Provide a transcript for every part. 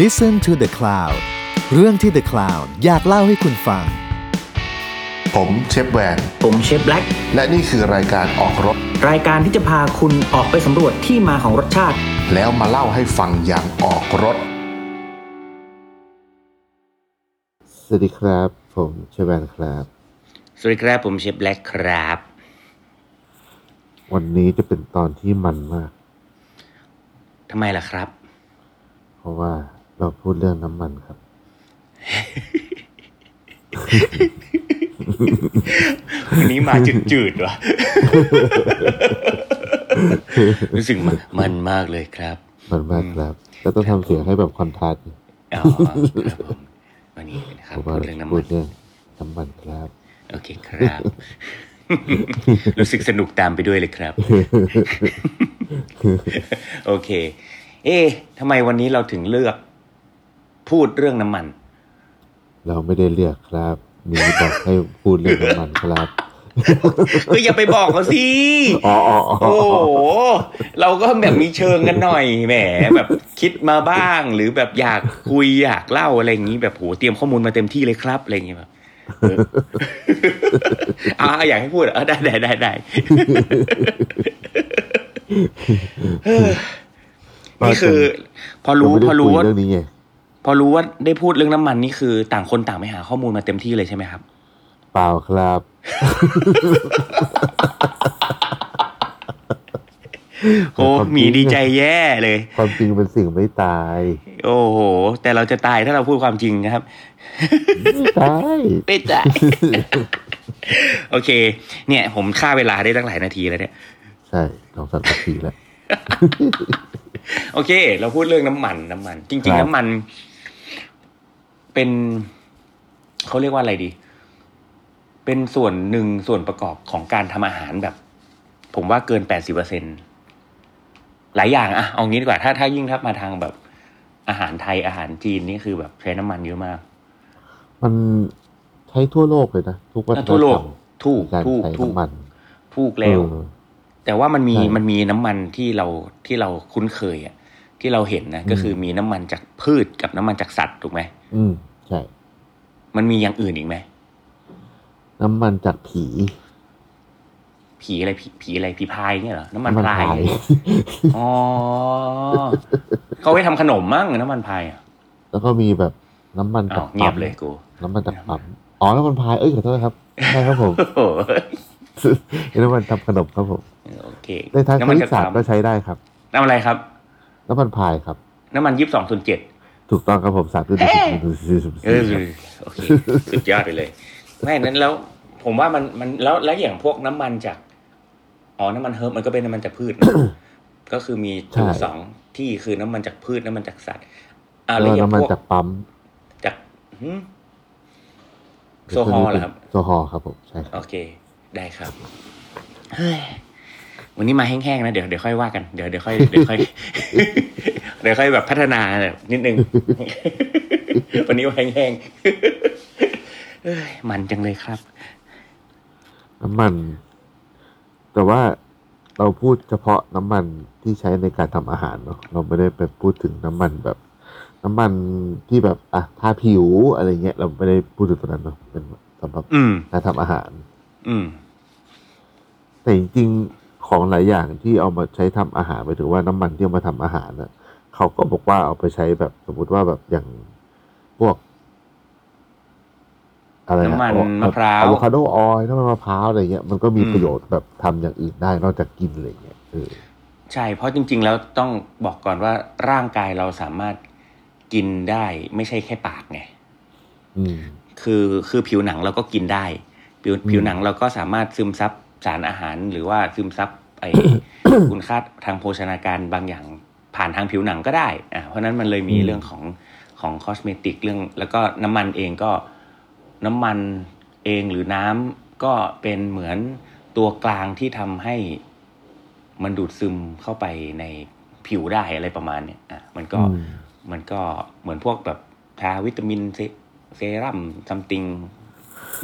Listen to the Cloud เรื่องที่ The Cloud อยากเล่าให้คุณฟัง ผมเชฟแวน ผมเชฟแบล็ก และนี่คือรายการออกรถ รายการที่จะพาคุณออกไปสำรวจที่มาของรสชาติ แล้วมาเล่าให้ฟังอย่างออกรถ สวัสดีครับ ผมเชฟแวนครับ สวัสดีครับ ผมเชฟแบล็กครับ วันนี้จะเป็นตอนที่มันมาก ทำไมล่ะครับ เพราะว่าเราพูดเรื่องน้ำมันครับ วันนี้มาจืดๆวะ รู้สึกมันมันมากเลยครับ มันมากครับ แล้วต้องทำเสียงให้แบบคอนทราสต์ อ๋อครับผมวันนี้นะค เพ รับ ราะ พู ว่า ด เรา เรื่องน้ำ พู มั ด น เรื่องน้ำมันครับ โอเคครับ รู้สึกสนุกตามไปด้วยเลยครับ โอเค เอ๊ะทำไมวันนี้เราถึงเลือก พูดเรื่องน้ำมัน เราไม่ได้เลือกครับหนีบอกให้พูดเรื่องน้ำมันครับ ก็อย่าไปบอกเขาสิ อ๋ออ๋ออ๋อ โอ้โห เราก็แบบมีเชิงกันหน่อย แหม แบบคิดมาบ้าง หรือแบบอยากคุยอยากเล่าอะไรอย่างนี้แบบโหเตรียมข้อมูลมาเต็มที่เลยครับอะไรอย่างเงี้ยแบบเอออ่าอยากให้พูดเหรอเออได้ได้ได้ ได้เออนี่คือ พอรู้ เาไม่ได้ พอรู้ คุย ว่า เรื่องนี้ไง พอรู้ว่าได้พูดเรื่องน้ำมันนี่คือ ต่างคนต่างไปหาข้อมูลมาเต็มที่เลยใช่ไหมครับ เปล่าครับ โอ้หมีดีใจแย่เลย ความจริงเป็นสิ่งไม่ตาย โอ้โห แต่เราจะตายถ้าเราพูดความจริงนะครับ ไม่ตาย ไม่ได้ โอเค เนี่ย ผมฆ่าเวลาได้ตั้งหลายนาทีแล้วเนี่ย ใช่สองสามนาทีแล้ว โอเค เราพูดเรื่องน้ำมันน้ำมัน จ ครั ริง บ ๆ น้ำมัน เป็นเขาเรียกว่าอะไรดี เป็นส่วนหนึ่งส่วนประกอบของการทำอาหารแบบ ผมว่าเกินแปดสิบเปอร์เซ็นหลายอย่างอะเอางี้ดีกว่าถ้าถ้ายิ่งถ้ามาทางแบบ อาหารไทยอาหารจีนนี่คือแบบใช้น้ำมันเยอะมาก มันใช้ทั่วโลกเลยนะทุกวัฒนธรรม ทั่วโลกถูก มีการ ถูก ใช้ ถูก น้ำมัน ถูกแล้ว แต่ว่ามันมี ใช่ มันมีน้ำมันที่เราที่เราคุ้นเคยอะที่เราเห็นนะ อืม ก็คือมีน้ำมันจากพืชกับน้ำมันจากสัตว์ถูกไหม อืม ใช่ มันมีอย่างอื่นอีกไหม น้ำมันจากผี ผีอะไรผีผีอะไรผีพายเนี่ยเหรอน้ำมันพาย ย อ๋อเขาไว้ทำขนมมั้งน้ำมันพายอ่ะ แล้วก็มีแบบน้ำมัน อ้า จาว ก เงียบเลยกู น้ำมันจากปั๊มอ๋อน้ำมันพายเอ้ยขอโทษครับใช่ครับผม โอ้โห น้ำมันทำขนมครับผม โอเค ในทางค มัน ณิตศาสตร์ก็ใช้ได้ครับ น้ำอะไรครับ น้ำมันพายครับ น้ำมันยี่สิบสองส่วนเจ็ด ถูกต้องครับผมสามจุดหนึ่งจุดสี่สิบ เอ สี่ อโอเคสุดยอดไปเลยไม่นั้นแล้ว ผมว่ามันมันแล้วแล้วอย่างพวกน้ำมันจากอ๋อน้ำมันเฮิร์บมันก็เป็นน้ำมันจากพืชนะ ก็คือมีอยู่สองที่คือน้ำมันจากพืชน้ำมันจากสัตว์อ่า แล้ว แล้วอย่าง น้ำมัน พวก จากปั๊ม จากหืม โซฮอล์เหรอครับ โซฮอล์ครับผมใช่ครับ โอเค ได้ครับเฮ้ยวันนี้มาแห้งๆนะเดี๋ยวเดี๋ยวค่อยว่ากันเดี๋ยวเดี๋ยวค่อยเดี๋ยวค่อย เดี๋ยวค่อยแบบพัฒนานิดนึง วันนี้มาแห้งๆเอ้ยมันจังเลยครับ น้ำมัน แต่ว่าเราพูดเฉพาะน้ำมันที่ใช้ในการทำอาหารเนาะเราไม่ได้ไปพูดถึงน้ำมันแบบ น้ำมันที่แบบอ่ะทาผิวอะไรเงี้ยเราไม่ได้พูดถึงตรงนั้นเนาะเป็นสำหรับ อืม การทำอาหาร อืม แต่จริงๆของหลายอย่างที่เอามาใช้ทำอาหารไปถึงว่าน้ำมันที่เอามาทำอาหารน่ะเขาก็บอกว่าเอาไปใช้แบบสมมติว่าแบบอย่างพวก อะไร น้ำมันมะพร้าว อะโวคาโดออยน้ำมันมะพร้าวอะไรเงี้ยมันก็มีประโยชน์แบบทำอย่างอื่นได้นอกจากกินอะไรเงี้ยเออ ใช่ เพราะจริง ๆ แล้วต้องบอกก่อนว่าร่างกายเราสามารถกินได้ ไม่ใช่แค่ปากไง อืม คือคือผิวหนังเราก็กินได้ ผิว อืม ผิวหนังเราก็สามารถซึมซับสารอาหารหรือว่าซึมซับไอ คุณค่าทางโภชนาการบางอย่างผ่านทางผิวหนังก็ได้อ่ะเพราะฉะนั้นมันเลยมีเรื่องของของคอสเมติกเรื่อง แล้วก็น้ำมันเองก็น้ำมันเองหรือน้ำก็เป็นเหมือนตัวกลางที่ทำให้มันดูดซึมเข้าไปในผิวได้อะไรประมาณเนี้ยอ่ะมันก็ อืม มันก็เหมือนพวกแบบทาวิตามินเซเซรั่มซัมติง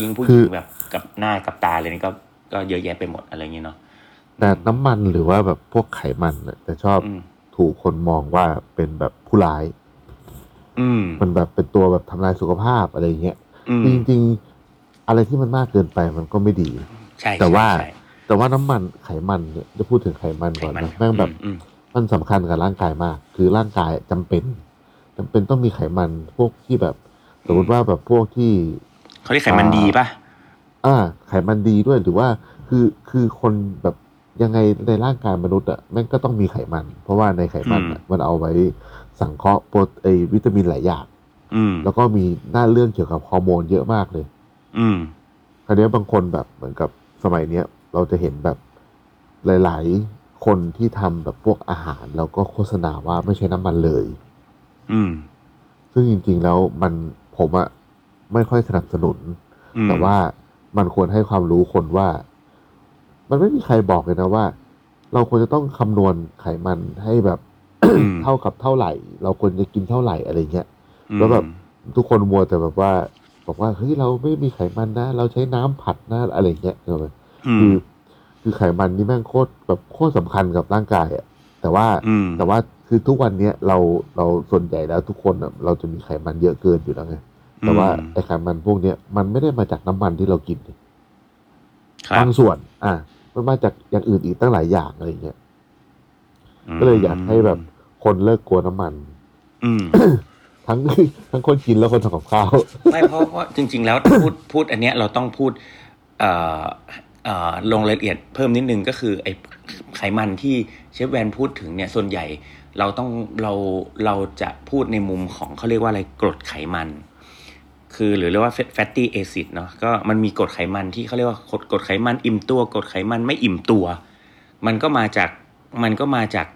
ยิงผู้ห คื ญิ อ งแบบกับหน้ากับตาเลยนี่ก็ก็เยอะแยะไปหมดอะไรอย่างเงี้ยเนาะ แต่น้ำมันหรือว่าแบบพวกไขมันน่ะจะชอบ อืม ถูกคนมองว่าเป็นแบบผู้ร้าย อืม มันแบบเป็นตัวแบบทำลายสุขภาพอะไรอย่างเงี้ย อืม จริงๆ อะไรที่มันมากเกินไปมันก็ไม่ดี ใช่ แต่ว่า ใช่ แต่ว่าน้ำมันไขมันเนี่ยจะพูดถึงไขมัน ใช่ ก่อน ไข นะแม่งแบบ อืม มันสำคัญกับร่างกายมาก คือร่างกายจำเป็นจำเป็นต้องมีไขมันพวกที่แบบ สมมติว่าแบบพวกที่ เขาเรียกไขมันดีป่ะ อ่าไขมันดีด้วยหรือว่าคือคือคนแบบยังไงในร่างกายมนุษย์อ่ะแม่งก็ต้องมีไขมัน เพราะว่าในไขมันอะมันเอาไว้สังเคราะห์โปรไอวิตามินหลายอย่าง อืม แล้วก็มีหน้าเรื่องเกี่ยวกับฮอร์โมนเยอะมากเลย อืม คราวเนี้ยบางคนแบบเหมือนกับสมัยเนี้ยเราจะเห็นแบบหลาย ๆ คนที่ทำแบบพวกอาหาร แล้วก็โฆษณาว่าไม่ใช้น้ำมันเลย อืม ซึ่งจริง ๆ แล้วมันผมอะไม่ค่อยสนับสนุน อืม แต่ว่ามันควรให้ความรู้คนว่า มันไม่มีใครบอกเลยนะว่า เราควรจะต้องคำนวณไขมันให้แบบ อืม เท่ากับเท่าไหร่ เราควรจะกินเท่าไหร่อะไรเงี้ย แล้วแบบ ทุกคนมัวแต่แบบว่า บอกว่าเฮ้ยเราไม่มีไขมันนะ เราใช้น้ำผัดนะอะไรเงี้ยเออ อื คือ ม คือไขมันนี่แม่งโคตรแบบโคตรสำคัญกับร่างกายอะแต่ว่า อืม แต่ว่าคือทุกวันเนี้ยเราเราส่วนใหญ่แล้วทุกคนอะเราจะมีไขมันเยอะเกินอยู่แล้วไงแต่ว่าไอไขมันพวกเนี้ยมันไม่ได้มาจากน้ำมันที่เรากิน ครับ บางส่วน อ่ะมันมาจากอย่างอื่นอีกตั้งหลายอย่างอะไรอย่างเงี้ย อืม ก็เลยอยากให้แบบคนเลิกกลัวน้ำมัน อืม ทั้ง ทั้งคนกินแล้วคนทำกับข้าว ไม่เพราะเพราะจริง ๆ แล้ว พูดพูดอันเนี้ยเราต้องพูดเอ่อเอ่อลงรายละเอียดเพิ่มนิดนึงก็คือไอไขมันที่เชฟแวนพูดถึงเนี่ยส่วนใหญ่เราต้องเราเราจะพูดในมุมของเขาเรียกว่าอะไรกรดไขมัน คือหรือเรียกว่า fatty acid เนาะก็มันมีกรดไขมันที่เขาเรียกว่ากรดกรดไขมันอิ่มตัวกรดไขมันไม่อิ่มตัว มันก็มาจากมันก็มาจาก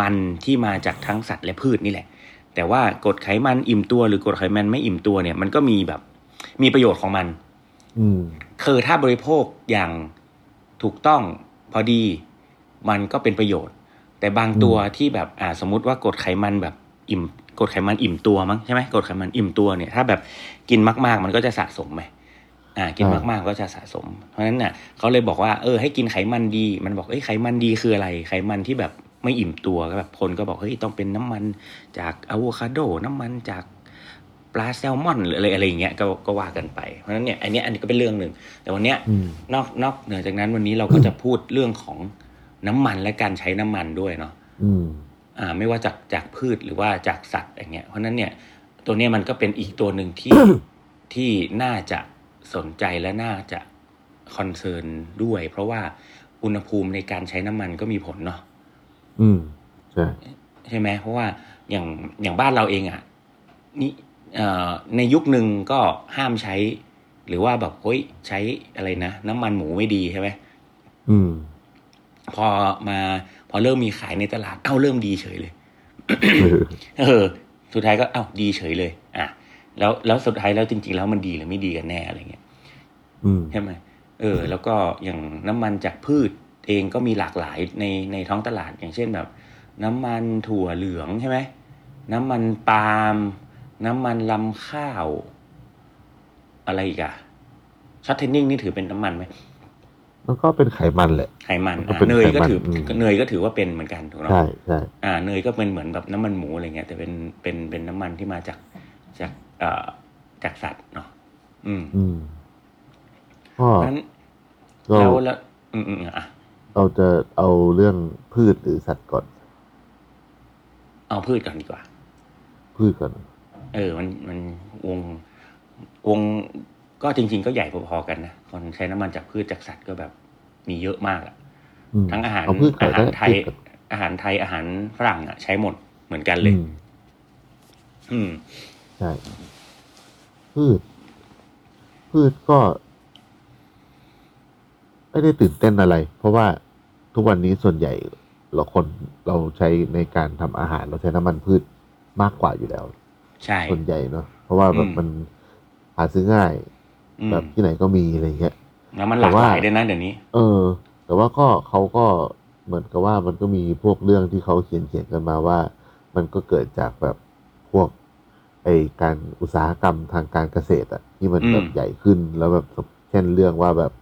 มันที่มาจากทั้งสัตว์และพืชนี่แหละ แต่ว่ากรดไขมันอิ่มตัวหรือกรดไขมันไม่อิ่มตัวเนี่ยมันก็มีแบบมีประโยชน์ของมัน อืม คือถ้าบริโภคอย่างถูกต้องพอดี มันก็เป็นประโยชน์ แต่บางตัวที่แบบอ่าสมมุติว่ากรดไขมันแบบอิ่มกรดไขมันอิ่มตัวมั้งใช่ไหมกรดไขมันอิ่มตัวเนี่ยถ้าแบบกินมาก ๆ มันก็จะสะสมไหมอ่า กิน อ่าม ากๆก็จะสะสม เพราะฉะนั้นน่ะเขาเลยบอกว่าเออให้กินไขมันดี มันบอกเอ้ยไขมันดีคืออะไร ไขมันที่แบบไม่อิ่มตัวก็แบบคนก็บอกเฮ้ยต้องเป็นน้ำมันจากอะโวคาโดน้ำมันจากปลาแซลมอนหรืออะไรอะไรอย่างเงี้ยก็ก็ว่ากันไปเพราะฉะนั้นเนี่ยอันเนี้ยอันนี้ก็เป็นเรื่องหนึ่งแต่วันเนี้ย อืม นอกนอกเหนือจากนั้นวันนี้เราก็จะพูดเรื่องของน้ำมันและการใช้น้ำมันด้วยเนาะ อืม อ่าไม่ว่าจากจากพืชหรือว่าจากสัตว์อย่างเงี้ยเพราะฉะนั้นเนี่ยตัวเนี้ยมันก็เป็นอีกตัวหนึ่งที่ ที่น่าจะสนใจและน่าจะคอนเซิร์นด้วย เพราะว่าอุณหภูมิในการใช้น้ำมันก็มีผลเนาะ อืม ใช่ ใช่ไหมเพราะว่าอย่างอย่างบ้านเราเองอะ่ะนี่เอ่อในยุคหนึ่งก็ห้ามใช้ หรือว่าแบบเฮ้ยใช้อะไรนะ น้ำมันหมูไม่ดีใช่ไหม อืม พอมาพอเริ่มมีขายในตลาดเอ้าเริ่มดีเฉยเลย เออ สุดท้ายก็เอ้าดีเฉยเลย อ่ะ แล้วแล้วสุดท้ายแล้วจริง ๆ แล้วมันดีหรือไม่ดีกันแน่อะไรเงี้ย อืม ใช่ไหมเออ แล้วก็อย่างน้ำมันจากพืชเองก็มีหลากหลายในในท้องตลาดอย่างเช่นแบบ น้ำมันถั่วเหลืองใช่ไหมน้ำมันปาล์มน้ำมันลำข้าว อะไรอีกอะช็อตเทนนิ่งนี่ถือเป็นน้ำมันไหม มันก็เป็นไขมันแหละ ไขมัน ก็ อ่ะ เป็น เนยก็ ไขมัน ถืออ ม เนยก็ถือว่าเป็นเหมือนกันถูกไหม ใช่ใช่ อ่าเนยก็เป็นเหมือนแบบน้ำมันหมูอะไรเงี้ยแต่เป็นเป็นเป็นน้ำมันที่มาจากจากเอ่อจากสัตว์เนาะอืม อืมก็ เพราะฉะนั้น ก็ แล้วแล้วอืมอืมอ่ะ เราจะเอาเรื่องพืชหรือสัตว์ก่อน เอาพืชก่อนดีกว่า พืชก่อน เออ มันมันวงวงก็จริง ๆ ก็ใหญ่พอๆกันนะคนใช้น้ำมันจากพืชจากสัตว์ก็แบบมีเยอะมากอะ อืม ทั้งอาหาร เพืชก่อ อานหาร ก็ด้ ไทย พืชก่อน อาหารไทยอาหารฝรั่งอะใช้หมดเหมือนกันเล อื ย ม อืม ใช่พืช พืชก็ไม่ได้ตื่นเต้นอะไร เพราะว่าทุกวันนี้ส่วนใหญ่เราคนเราใช้ในการทำอาหาร เราใช้น้ำมันพืชมากกว่าอยู่แล้ว ใช่ ส่วนใหญ่เนาะเพราะว่าแบบ อืม มันหาซื้อง่าย อืม แบบที่ไหนก็มีอะไรเงี้ย แล้วมันหลาก แต่ว่า หลายด้วยนะเดี๋ยวนี้ เออ แต่ว่าก็เขาก็เหมือนกับว่ามันก็มีพวกเรื่องที่เขาเขียนเขียนกันมาว่า มันก็เกิดจากแบบพวกไอการอุตสาหกรรมทางการเกษตรอะที่มัน อืม แบบใหญ่ขึ้นแล้วแบบเช่นเรื่องว่าแบบ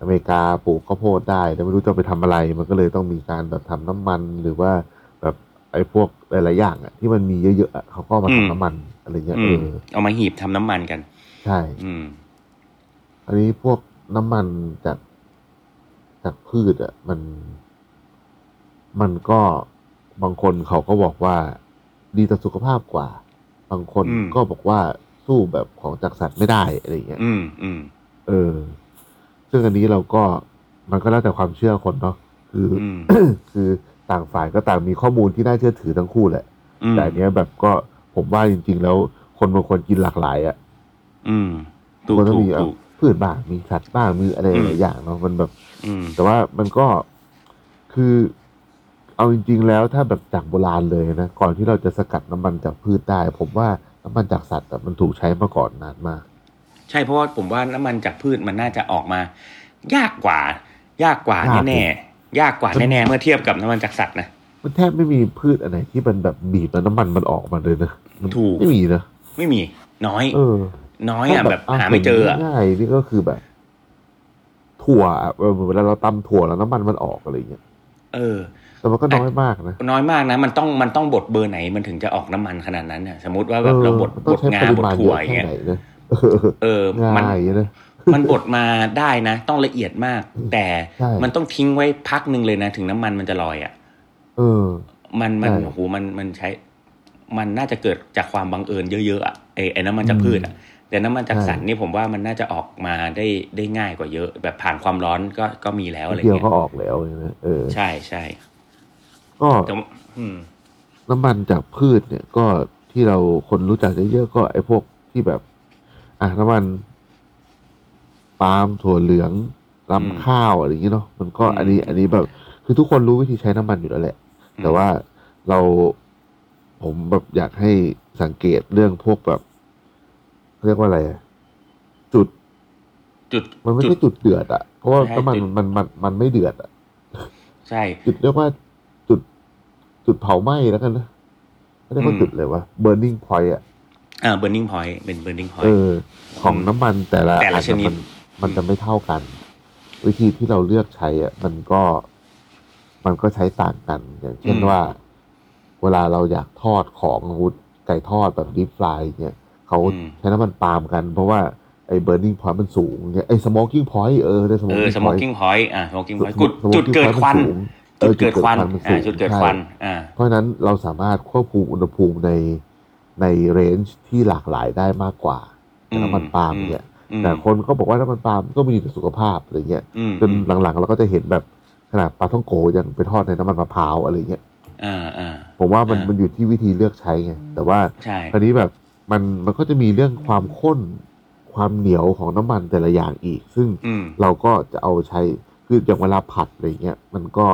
อเมริกาปลูกข้าวโพดได้ แล้วไม่รู้จะเอาไปทำอะไร มันก็เลยต้องมีการแบบทำน้ำมันหรือว่าแบบ ไอ้พวกหลายๆอย่างอ่ะที่มันมีเยอะๆอะเขาก็มา อืม ทำน้ำมันอะไรเงี้ย อื เอ ม อ เอามาหีบทำน้ำมันกัน ใช่ อืม อันนี้พวกน้ำมันจากจากพืชอ่ะมัน มันก็บางคนเขาก็บอกว่าดีต่อสุขภาพกว่า บางคน อืม ก็บอกว่าสู้แบบของจากสัตว์ไม่ได้อะไรอย่างเงี้ย อืมอืม เออ ซึ่งอันนี้เราก็มันก็แล้วแต่ความเชื่อคนเนาะคือ อืม คือต่างฝ่ายก็ต่างมีข้อมูลที่น่าเชื่อถือทั้งคู่แหละ อืม แต่อันเนี้ยแบบก็ผมว่าจริง ๆ แล้วคนบางคนกินหลากหลายอะ่ะ อืมถูก มันก็ ถูก มี ถูก พืชบ้างมีสัตว์บ้างมีอะไร อืม หลายอย่างเนาะมันแบบ อืม แต่ว่ามันก็คือ เอาจริง ๆ แล้วถ้าแบบจากโบราณเลยนะก่อนที่เราจะสกัดน้ำมันจากพืชได้ ผมว่าน้ำมันจากสัตว์อะมันถูกใช้มาก่อนนานมาก ใช่เพราะว่าผมว่าน้ำมันจากพืชมันน่าจะออกมา ยากกว่า ยากกว่าย าก แน่ๆยากกว่าแน่ๆเมื่อเทียบกับน้ำมันจากสัตว์นะ มันแทบไม่มีพืชอะไรที่มันแบบบีบแล้วน้ำมันมันออกมาเลยนะมัน ถูก ไม่มีนะ ไม่มีน้อย เออ น้อยอ่ะแบบ ถ้ หาไม่เจออะ ห็นง่ายๆนี่ก็คือแบบ ถั่วอะเออเวลาเราตำถั่วแล้วน้ำมันมันออกอะไรอย่างเงี้ย เออ แต่มันก็น้อยมากนะ น้อยมากนะมันต้องมันต้องบดเบอร์ไหนมันถึงจะออกน้ำมันขนาดนั้นน่ะ สมมติว่าแบบ ออ เราบด มัน บ ต้อง ด ใช้ งา ปริ บด มาณเย ถั่ว อะ อย่า แค่ งเงี้ย ไหนนะ เออ ง่ มัน ายนะ มันบดมาได้นะ ต้องละเอียดมาก แต่ ใช่ มันต้องทิ้งไว้พักหนึ่งเลยนะ ถึงน้ำมันมันจะลอยอ่ะ เออ มันมัน ใช่ โอ้โหมันมันใช้ มันน่าจะเกิดจากความบังเอิญเยอะๆอ่ะไอ้ไอ้น้ำมันจาก อืม พืชอ่ะ แต่น้ำมันจาก ใช่ สัตว์นี่ผมว่ามันน่าจะออกมาได้ได้ง่ายกว่าเยอะ แบบผ่านความร้อนก็ก็มีแล้วอะไร เดียว เงี้ ก็ ย ออกแล้วอย่างเงี้ยนะเออ ใช่ใช่ ก็ แต่ว่าอืม น้ำมันจากพืชเนี่ย ก็ที่เราคนรู้จักเยอะๆก็ไอ้พวกที่แบบ อ่ะน้ำมันปาล์มถั่วเหลือง อืม ลำข้าวอะไรอย่างเงี้ยเนาะมันก็ อืม อันนี้ อันนี้แบบ คือทุกคนรู้วิธีใช้น้ำมันอยู่แล้วแหละ แต่ว่าเราผมแบบอยากให้สังเกตเรื่องพวกแบบเขาเรียกว่าอะไรอะจุด จุด มันไม่ จุ ใช่ ด จุดเดือดอะเพราะว่า ใช่ น้ำมัน จุด มันมันมันไม่เดือดอะ ใช่ จุดเรียกว่าจุด จุดเผาไหม้แล้วกันนะไม่เรียกว่า อืม จุดเลยวะ burning point อะ อ่า burning point เป็น burning เอ point อ ของน้ำมันแต่ละ แต่ละ อั ชนิด มัมันจะไม่เท่ากัน วิธีที่เราเลือกใช้อะมันก็ มันก็ใช้ต่างกัน อย่างเช่นว่า เวลาเราอยากทอดของวุธไก่ทอดแบบดิฟฟรายเนี่ยเขา อืม ใช้น้ำมันปาล์มกัน เพราะว่าไอ้เบ r ร์นิ p งพอยต์มันสูงเนี่ยไอ้สโมกกิ้งพอยต์เออได้สโม เอก อ กิ้งพอยต์ smoking point อ่า smoking point จุดจุดเกิดควัน จุดเกิดควันอ่าจุดเกิดควันอ่า เพราะฉะนั้นเราสามารถควบคุมอุณหภูมิในในเรนจ์ที่หลากหลายได้มากกว่าแต่น้ำมันปาล์มเนี่ย อืม แต่คนก็บอกว่าน้ำมันปาล์มก็มีแต่อสุขภาพอะไรเงี้ย อืม จนหลังๆเราก็จะเห็นแบบขนาดปลาท่องโกยังไปทอดในน้ำมันมะพร้าวอะไรเงี้ย อ่าอ่า ผมว่ามัน อ่ามั มันอยู่ที่วิธีเลือกใช้ไงแต่ว่า ใช่ คราวนี้แบบมันมันก็จะมีเรื่องความข้นความเหนียวของน้ำมันแต่ละอย่างอีก ซึ่ง อืม เราก็จะเอาใช้คืออย่างเวลาผัดอะไรเงี้ยมันก็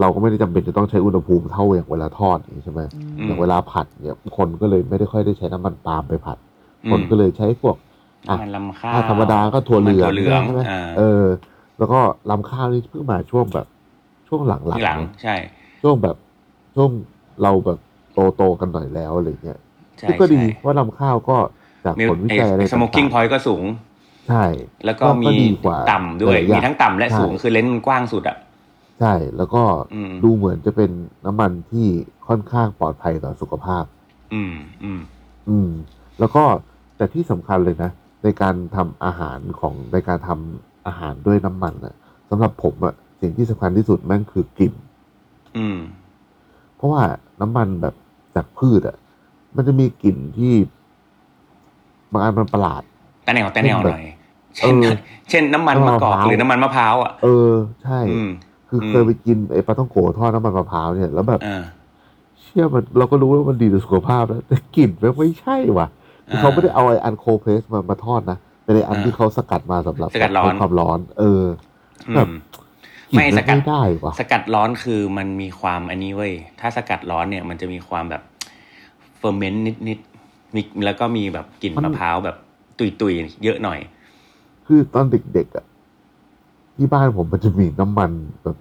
เราก็ไม่ได้จำเป็นจะต้องใช้อุณหภูมิเท่าอย่างเวลาทอดอย่างนี้ใช่ไหม อืม อย่างเวลาผัดเนี่ย คนก็เลยไม่ได้ค่อยได้ใช้น้ำมันปาล์มไปผัด อืม คนก็เลยใช้พวกอ่ะ มันลำข้าว ถ้าธรรมดาก็ถั่วเหลือง มันถั่วเหลือง ใช่ไหม อ่า เออ แล้วก็ลำข้าวนี่เพิ่งมาช่วงแบบ ช่วงหลัง หลังใช่ ๆช่วงแบบช่วงเราแบบโตโตๆกันหน่อยแล้วอะไรเงี้ย ใช่ ซึ่งก็ดีว่าลำข้าวก็จาก มี ผลวิจัยอะไร สโมกกิ้งพอย ต่าง ต์ก็สูง ๆใช่ แล้วก็มี ก็ดีกว่า ต่ำด้วย หลาอ มี ย่า ทั้งต่ำและ ใช่ สูงคือเลนส์มันกว้างสุดอ่ะ ใช่แล้วก็ อืม ดูเหมือนจะเป็นน้ำมันที่ค่อนข้างปลอดภัยต่อสุขภาพ อืมอืม อืม แล้วก็แต่ที่สำคัญเลยนะ ในการทำอาหารของในการทำอาหารด้วยน้ำมันอะสำหรับผมอะสิ่งที่สำคัญที่สุดแม่งคือกลิ่น อืม เพราะว่าน้ำมันแบบจากพืชอะมันจะมีกลิ่นที่บางอันมันประหลาด แต่แนวแต่แนวหน่อย เอ เช่น อ เช่นน้ำมันมะกอก น้ำมันมะพร้าว หรือน้ำมันมะพร้าวอ่ะ เออ ใช่ อืม คืออ ม เคยไปกินไอ้ปลาท่องโกทอดน้ำมันมะพร้าวเนี่ยแล้วแบบ อ่า เชื่อมันเราก็รู้ว่ามันดีต่อสุขภาพแล้วแต่กลิ่นมันไม่ใช่ว่ะคือเขาไม่ได้เอาไอ้อันโคเพรสมามาทอดนะแต่ในอัน อ่า ที่เขาสกัดมาสำหรับ สกัดร้อน ลความร้อน เออ อื แบบ ม กลิ่น ไม่สกัด ไม่ได้ว่ะ สกัดร้อนคือมันมีความอันนี้เว้ย ถ้าสกัดร้อนเนี่ยมันจะมีความแบบเฟอร์เมนต์นิดนิดๆมีแล้วก็มีแบบกลิ่น มัน มะพร้าวแบบตุยตุยๆเยอะหน่อย คือตอนเด็กๆอ่ะที่บ้านผมมันจะมีน้ำมันแบบ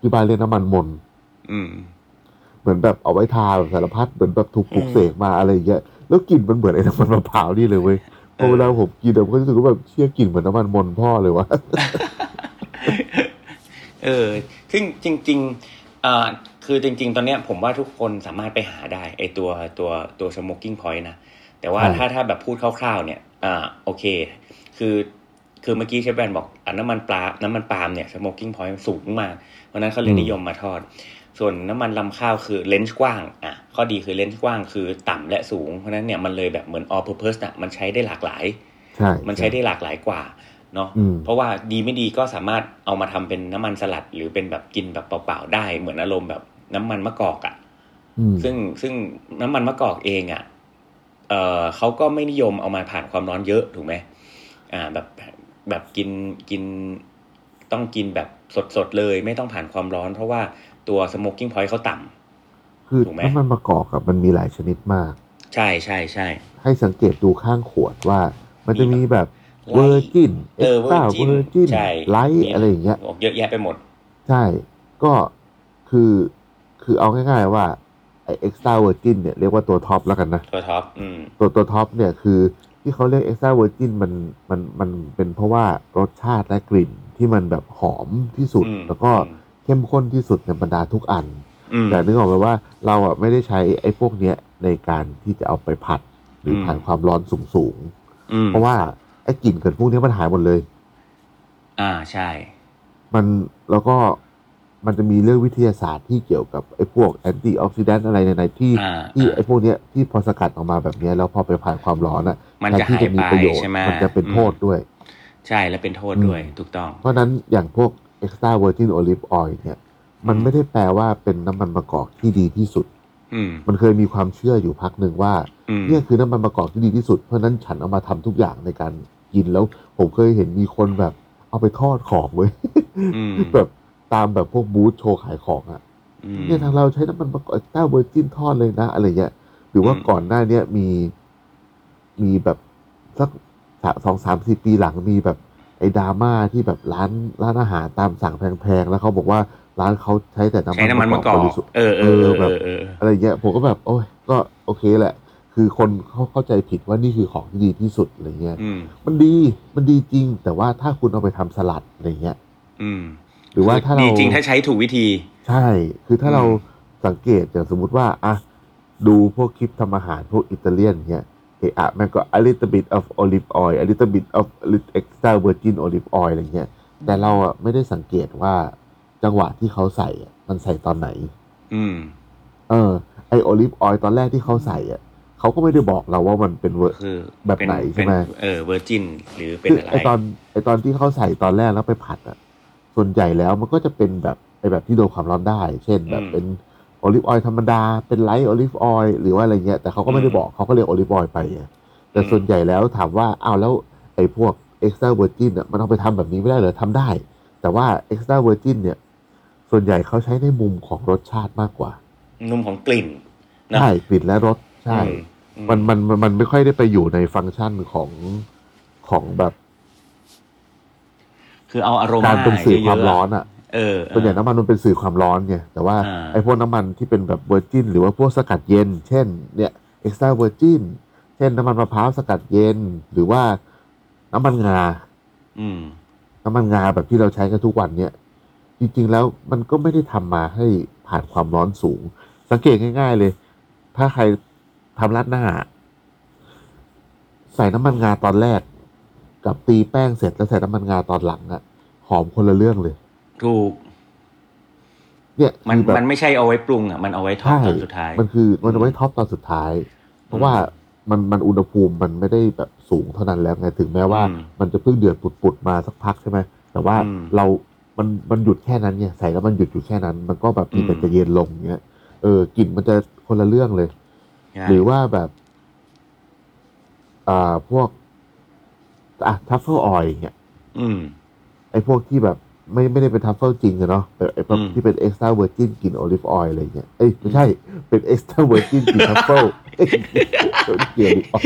ที่บ้านเรียกน้ำมันมนต์ อืม เหมือนแบบเอาไว้ทาแบบสารพัดเหมือนแบบถูกปลุก อืม เสกมาอะไรอย่างเงี้ยแล้วกลิ่นมันเหมือนไอ้น้ำมันมะพร้าวนี่เลยเว้ยพ เอ อ อ เวลาผมกินอะผมก็รู้สึกว่าแบบเชี่ยกลิ่นเหมือนน้ำมันมนต์พ่อเลยวะ เออซึ่งจริง ๆ เอ่อ คือจริง ๆ ตอนเนี้ยผมว่าทุกคนสามารถไปหาได้ไอตัวตัวตัวสโมกกิ้งพอยต์นะ แต่ว่า ใช่ ถ้าถ้าแบบพูดคร่าวๆเนี่ยอ่าโอเค คือคือเมื่อกี้เชฟแบนบอกอะน้ำมันปลา น้ำมันปาล์มเนี่ยสโมกกิ้งพอยต์สูงมาก เพราะฉะนั้นเขาเลยนิยมมาทอด ส่วนน้ำมันลำข้าวคือเลนส์กว้าง อ่ะ ข้อดีคือเลนส์กว้างคือต่ำและสูง เพราะฉะนั้นเนี่ยมันเลยแบบเหมือน all purpose นะมันใช้ได้หลากหลาย ใช่ มันใช้ได้หลากหลายกว่าเนาะ อืม เพราะว่าดีไม่ดีก็สามารถเอามาทำเป็นน้ำมันสลัด หรือเป็นแบบกินแบบเปล่าๆได้ เหมือนอารมณ์แบบน้ำมันมะกอกอะ่ะ อืม ซึ่งซึ่งน้ำมันมะกอกเองอะ่ะเออเขาก็ไม่นิยมเอามาผ่านความร้อนเยอะถูกไหมอ่าแบบแบบกินกินต้องกินแบบสดๆเลยไม่ต้องผ่านความร้อน เพราะว่าตัวสโมกกิ้งพอยต์เขาต่ำ คือ ถูกไหม น้ำมันมะกอกอะมันมีหลายชนิดมาก ใช่ใช่ใช่ ให้สังเกตดูข้างขวดว่า มันจะมีแบบ ไลท์ เวอร์จิน เออ Virgin เวอร์จิน ใช่ ไลท์ มี อะไรอย่างเงี้ย โเยอะแยะไปหมด ใช่ ก็คือคือเอาง่ายๆว่าไอเอ็กซ์ตร้าเวอร์จินเนี่ยเรียกว่าตัวท็อปแล้วกันนะ ตัวท็อปอืม ตัวตัวท็อปเนี่ยคือที่เขาเรียกเอ็กซ์ตร้าเวอร์จินมันมันมันเป็นเพราะว่ารสชาติและกลิ่นที่มันแบบหอมที่สุด อืม แล้วก็ อืม เข้มข้นที่สุดในบรรดาทุกอัน อืม แต่นึกออกไหมว่าเราอ่ะไม่ได้ใช้ไอ้พวกเนี้ยในการที่จะเอาไปผัด หรืออ ม ผ่านความร้อนสูงสูง อืม ๆเพราะว่าไอ้กลิ่นเกิดพวกเนี้ยมันหายหมดเลย อ่าใช่ มันแล้วก็มันจะมีเรื่องวิทยาศาสตร์ที่เกี่ยวกับไอ้พวกแอนตี้ออกซิแดนต์อะไรในในที่ อ่า ที่ อ่า ไอ้พวกเนี้ยที่พอสกัดออกมาแบบเนี้ยแล้วพอไปผ่านความร้อนอ่ะ มันจะ แทที่ หายไป ประโยชน์ ใช่ไหม มันจะเป็นโทษ อืม ด้วย ใช่และเป็นโทษด้วย อืม ถูกต้อง เพราะฉะนั้นอย่างพวก extra virgin olive oil เนี่ยมัน อืม ไม่ได้แปลว่าเป็นน้ำมันมะกอกที่ดีที่สุด อืม มันเคยมีความเชื่ออยู่พักหนึ่งว่า อืม เนี่ยคือน้ำมันมะกอกที่ดีที่สุด เพราะฉะนั้นฉันเอามาทำทุกอย่างในการกินแล้ว ผมเคยเห็นมีคนแบบ เอาไปทอดของเว้ย อืม แบบตามแบบพวกบูธโชว์ขายของอะ อืม เนี่ยทางเราใช้น้ำมันมะกอกเต้าเวอร์จินทอดเลยนะ อะไรเงี้ยหรือว่า อืม ก่อนหน้าเนี้ยมี มีแบบสักสองสามสี่ปีหลังมีแบบไอ้ดราม่าที่แบบร้านร้านอาหารตามสั่งแพงๆแล้วเขาบอกว่าร้านเขาใช้แต่น้ำ ใช้น้ำมันมะกอก บริสุทธิ์ เออเออเออเออเออ อะไรเงี้ยผมก็แบบโอ้ยก็โอเคแหละ คือคนเขาเข้าใจผิดว่านี่คือของที่ดีที่สุดอะไรเงี้ย อืม มันดีมันดีจริง แต่ว่าถ้าคุณเอาไปทำสลัดอะไรเงี้ย อืม หรือว่าถ้าเรา ดีจริงถ้าใช้ถูกวิธี ใช่ คือถ้า อืม เราสังเกตอย่างสมมุติว่าอ่ะดูพวกคลิปทำอาหารพวกอิตาเลียนเงี้ยเอะอะแม่งก็ a little bit of olive oil a little bit of extra virgin olive oil อะไรเงี้ยแต่เราอ่ะไม่ได้สังเกตว่าจังหวะที่เขาใส่อะมันใส่ตอนไหน อืม เออไอโอลิฟออยล์ตอนแรกที่เขาใส่อ่ะเขาก็ไม่ได้บอกเราว่ามันเป็นเวอร์ คือ แบบไหนใช่ไหม เป็นเออเวอร์จินหรือเป็น คือ อะไร ไอตอนไอตอนที่เขาใส่ตอนแรกแล้วไปผัดอ่ะส่วนใหญ่แล้วมันก็จะเป็นแบบไอแบบที่โดนความร้อนได้ เช่นแบบเป็นโอลิฟออยล์ธรรมดาเป็นไลท์โอลิฟออยล์หรือว่าอะไรเงี้ยแต่เขาก็ไม่ได้บอกเขาก็เรียกโอลิฟออยล์ไปไงแต่ส่วนใหญ่แล้วถามว่าอ้าวแล้วไอพวกเอ็กซ์ตร้าเวอร์จินอ่ะมันเอาไปทำแบบนี้ไม่ได้เหรอทำได้ แต่ว่าเอ็กซ์ตร้าเวอร์จินเนี่ยส่วนใหญ่เขาใช้ในมุมของรสชาติมากกว่า นุ่มของกลิ่นเนอะ ใช่กลิ่นและรสใช่ อืมอื มันมันมันมันไม่ค่อยได้ไปอยู่ในฟังก์ชันของของแบบ คือเอาอารมณ์ การเป็นสื่อความร้อนอ่ะ เออเออ ส่วนใหญ่น้ำมันมันเป็นสื่อความร้อนไงแต่ว่า อ่า ไอ้พวกน้ำมันที่เป็นแบบเวอร์จินหรือว่าพวกสกัดเย็น เช่นเนี่ยเอ็กซ์ตร้าเวอร์จินเช่นน้ำมันมะพร้าวสกัดเย็น หรือว่าน้ำมันงา อืม น้ำมันงาแบบที่เราใช้กันทุกวันเนี่ย จริงๆแล้วมันก็ไม่ได้ทำมาให้ผ่านความร้อนสูง สังเกตง่าย ๆเลย ถ้าใครทำราดหน้า ใส่น้ำมันงาตอนแรก กับตีแป้งเสร็จแล้วใส่น้ำมันงาตอนหลังอะหอมคนละเรื่องเลย ถูก เนี่ย มัน คือแบบ มันไม่ใช่เอาไว้ปรุงอ่ะมันเอาไว้ทอด ใช่ ตอนสุดท้าย มันคือมันเอาไว้ท็อปตอนสุดท้าย เพราะว่ามันมันอุณหภูมิมันไม่ได้แบบสูงเท่านั้นแล้วไงถึงแม้ว่า อืม มันจะเพิ่งเดือดปุดๆมาสักพักใช่ไหมแต่ว่า อืม เรา มันมันหยุดแค่นั้นไงใส่แล้วมันหยุดอยู่แค่นั้น มันก็แบบมีแต่ อืม จะเย็นลงเงี้ยเออกลิ่นมันจะคนละเรื่องเลย ใช่ หรือว่าแบบอ่าพวกอ่ะทัฟเฟิลออยล์เนี่ย อืม ไอ้พวกที่แบบไม่ไม่ได้เป็นทัฟเฟิลจริงอะเนาะแบบไอ้พวก อืม ที่เป็นเอ็กซ์ตร้าเวอร์จินกินโอลิฟออยล์อะไรเงี้ยเอ้ยไม่ใช่เป็นเอ็กซ์ตร้าเวอร์จินกินทัฟเฟิล เกี่ยว กับ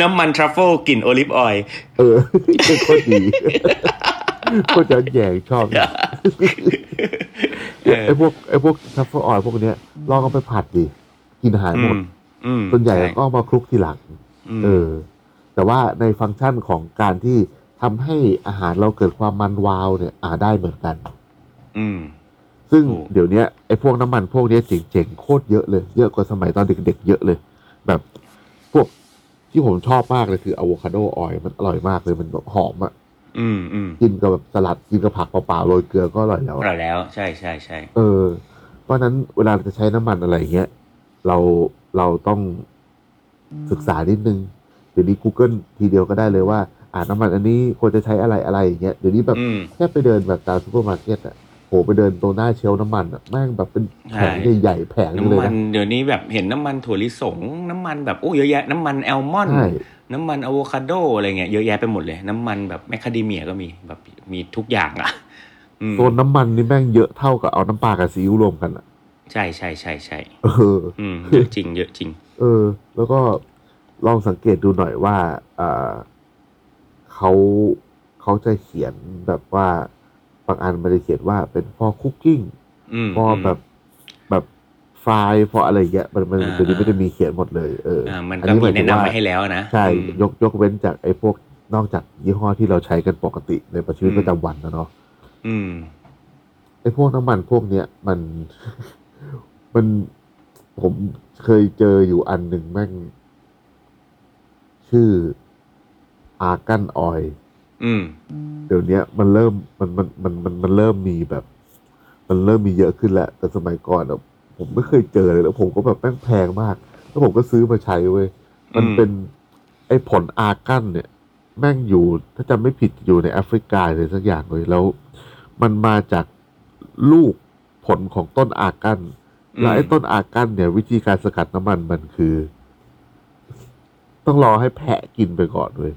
น้ำมันทรัฟเฟิลกลิ่นโอลิฟออยล์ เออโคตรดี โคตรจะแย่งชอบเนี่ย เออ ไอ้พวกไอ้พวกทัฟเฟิลออยล์พวกเนี้ยลองเอาไปผัดดิกินหายหมด อืม ส่วนใหญ่ ช่ ก็เอามาคลุกทีหลัง ม เออ แต่ว่าในฟังก์ชันของการที่ทำให้อาหารเราเกิดความมันวาวเนี่ยอ่าได้เหมือนกัน อืม ซึ่ง ถูก เดี๋ยวเนี้ยไอ้พวกน้ำมันพวกเนี้ยเจ๋งๆโคตรเยอะเลย เยอะกว่าสมัยตอนเด็กๆเยอะเลย แบบพวกที่ผมชอบมากเลยคืออะโวคาโดออยมันอร่อยมากเลยมันแบบหอมอะ อืมอืม กินกับแบบสลัดกินกับผักเปล่าๆโรยเกลือก็อร่อยแล้ว อ อะ ร่อยแล้วใช่ใช่ใช่ เออ เพราะฉะนั้นเวลาจะใช้น้ำมันอะไรอย่างเงี้ย เราเราต้องศึกษานิดนึง เดี๋ยวนี้ Google ทีเดียวก็ได้เลยว่า อ่าน้ำมันอันนี้ควรจะใช้อะไรอะไรอย่างเงี้ย เดี๋ยวนี้แบบ อืม แค่ไปเดินแบบตามซูเปอร์มาร์เก็ตอะโหไปเดินตรงหน้าเชลฟ์น้ำมันอะแม่งแบบเป็นแผง ใช่ ใหญ่ๆแผงเลย น้ำมัน นะ เดี๋ยวนี้แบบเห็นน้ำมันถั่วลิสง น้ำมันแบบโอ้เยอะแยะน้ำมันแอลมอนด์ ใช่ น้ำมันอะโวคาโดอะไรเงี้ยเยอะแยะไปหมดเลย น้ำมันแบบแมคคาเดเมียก็มีแบบมีทุกอย่างอ่ะอืม โซนน้ำมันนี่แม่งเยอะเท่ากับเอาน้ำปลากับซีอิ๊วรวมกันอะ ใช่ใช่ใช่ใช่ เออ อืมเยอะจริงเยอะจริง เออ แล้วก็ลองสังเกตดูหน่อยว่าเอ่อเขาเขาจะเขียนแบบว่าบางอันมันจะเขียนว่าเป็น for cooking อืม for แบบแบบฟรายพออะไรเงี้ยมันมัน อ่า ตัวนี้ไม่ได้มีเขียนหมดเลยเออ อ่า อั มันก็มีแนะนำไว้ให้แล้วนะ ใช่ อืม ยกยกเว้นจากไอ้พวกนอกจากยี่ห้อที่เราใช้กันปกติในชีวิต อืม ประจำวันนะเนาะ อืม ไอ้พวกน้ำมันพวกเนี้ยมัน มันผมเคยเจออยู่อันหนึ่งแม่ง ชื่ออากันออย อืม เดี๋ยวเนี้ยมันเริ่มมันมันมันมันมันเริ่มมีแบบ มันเริ่มมีเยอะขึ้นแหละ แต่สมัยก่อนอะผมไม่เคยเจอเลยแล้วผมก็แบบแม่งแพงมาก แล้วผมก็ซื้อมาใช้เว้ยมัน อืม เป็น ไอ้ผลอากันเนี่ย แม่งอยู่ถ้าจำไม่ผิดอยู่ในแอฟริกาเลยสักอย่างเลยแล้ว มันมาจากลูกผลของต้นอากัน แล้วไอ้ต้นอากันเนี่ย วิธีการสกัดน้ำมันมันคือ ต้องรอให้แพะกินไปก่อนเลย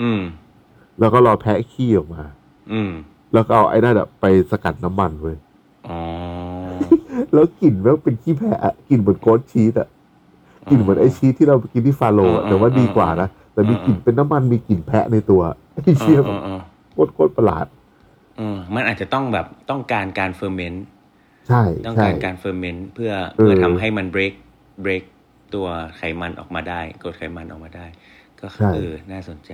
อืม แล้วก็รอแพะขี้ออกมา อืม แล้วก็เอาไอ้นั่นอะไปสกัดน้ำมันเว้ย อ๋อ แล้วกลิ่นแม่งเป็นขี้แพะอะกลิ่นเหมือนโกสต์ชีสอะกลิ่นเหมือนไอชีสที่เราไปกินที่ฟาโลอะ อ่า แต่ว่า อ่า ดีกว่านะ แต่มี อ่าก ลิ่นเป็นน้ำมันมีกลิ่นแพะในตัวไอ้เชี่ย าอ่า โคตรโคตรประหลาด อ่ามันอาจจะต้องแบบต้องการการเฟอร์เมนต์ ใช่ ต้อง ใช่ การการเฟอร์เมนต์เพื่อ เออ เพื่อทำให้มัน break break ตัวไขมันออกมาได้กรดไขมันออกมาได้ ก็ ใช่ เออน่าสนใจ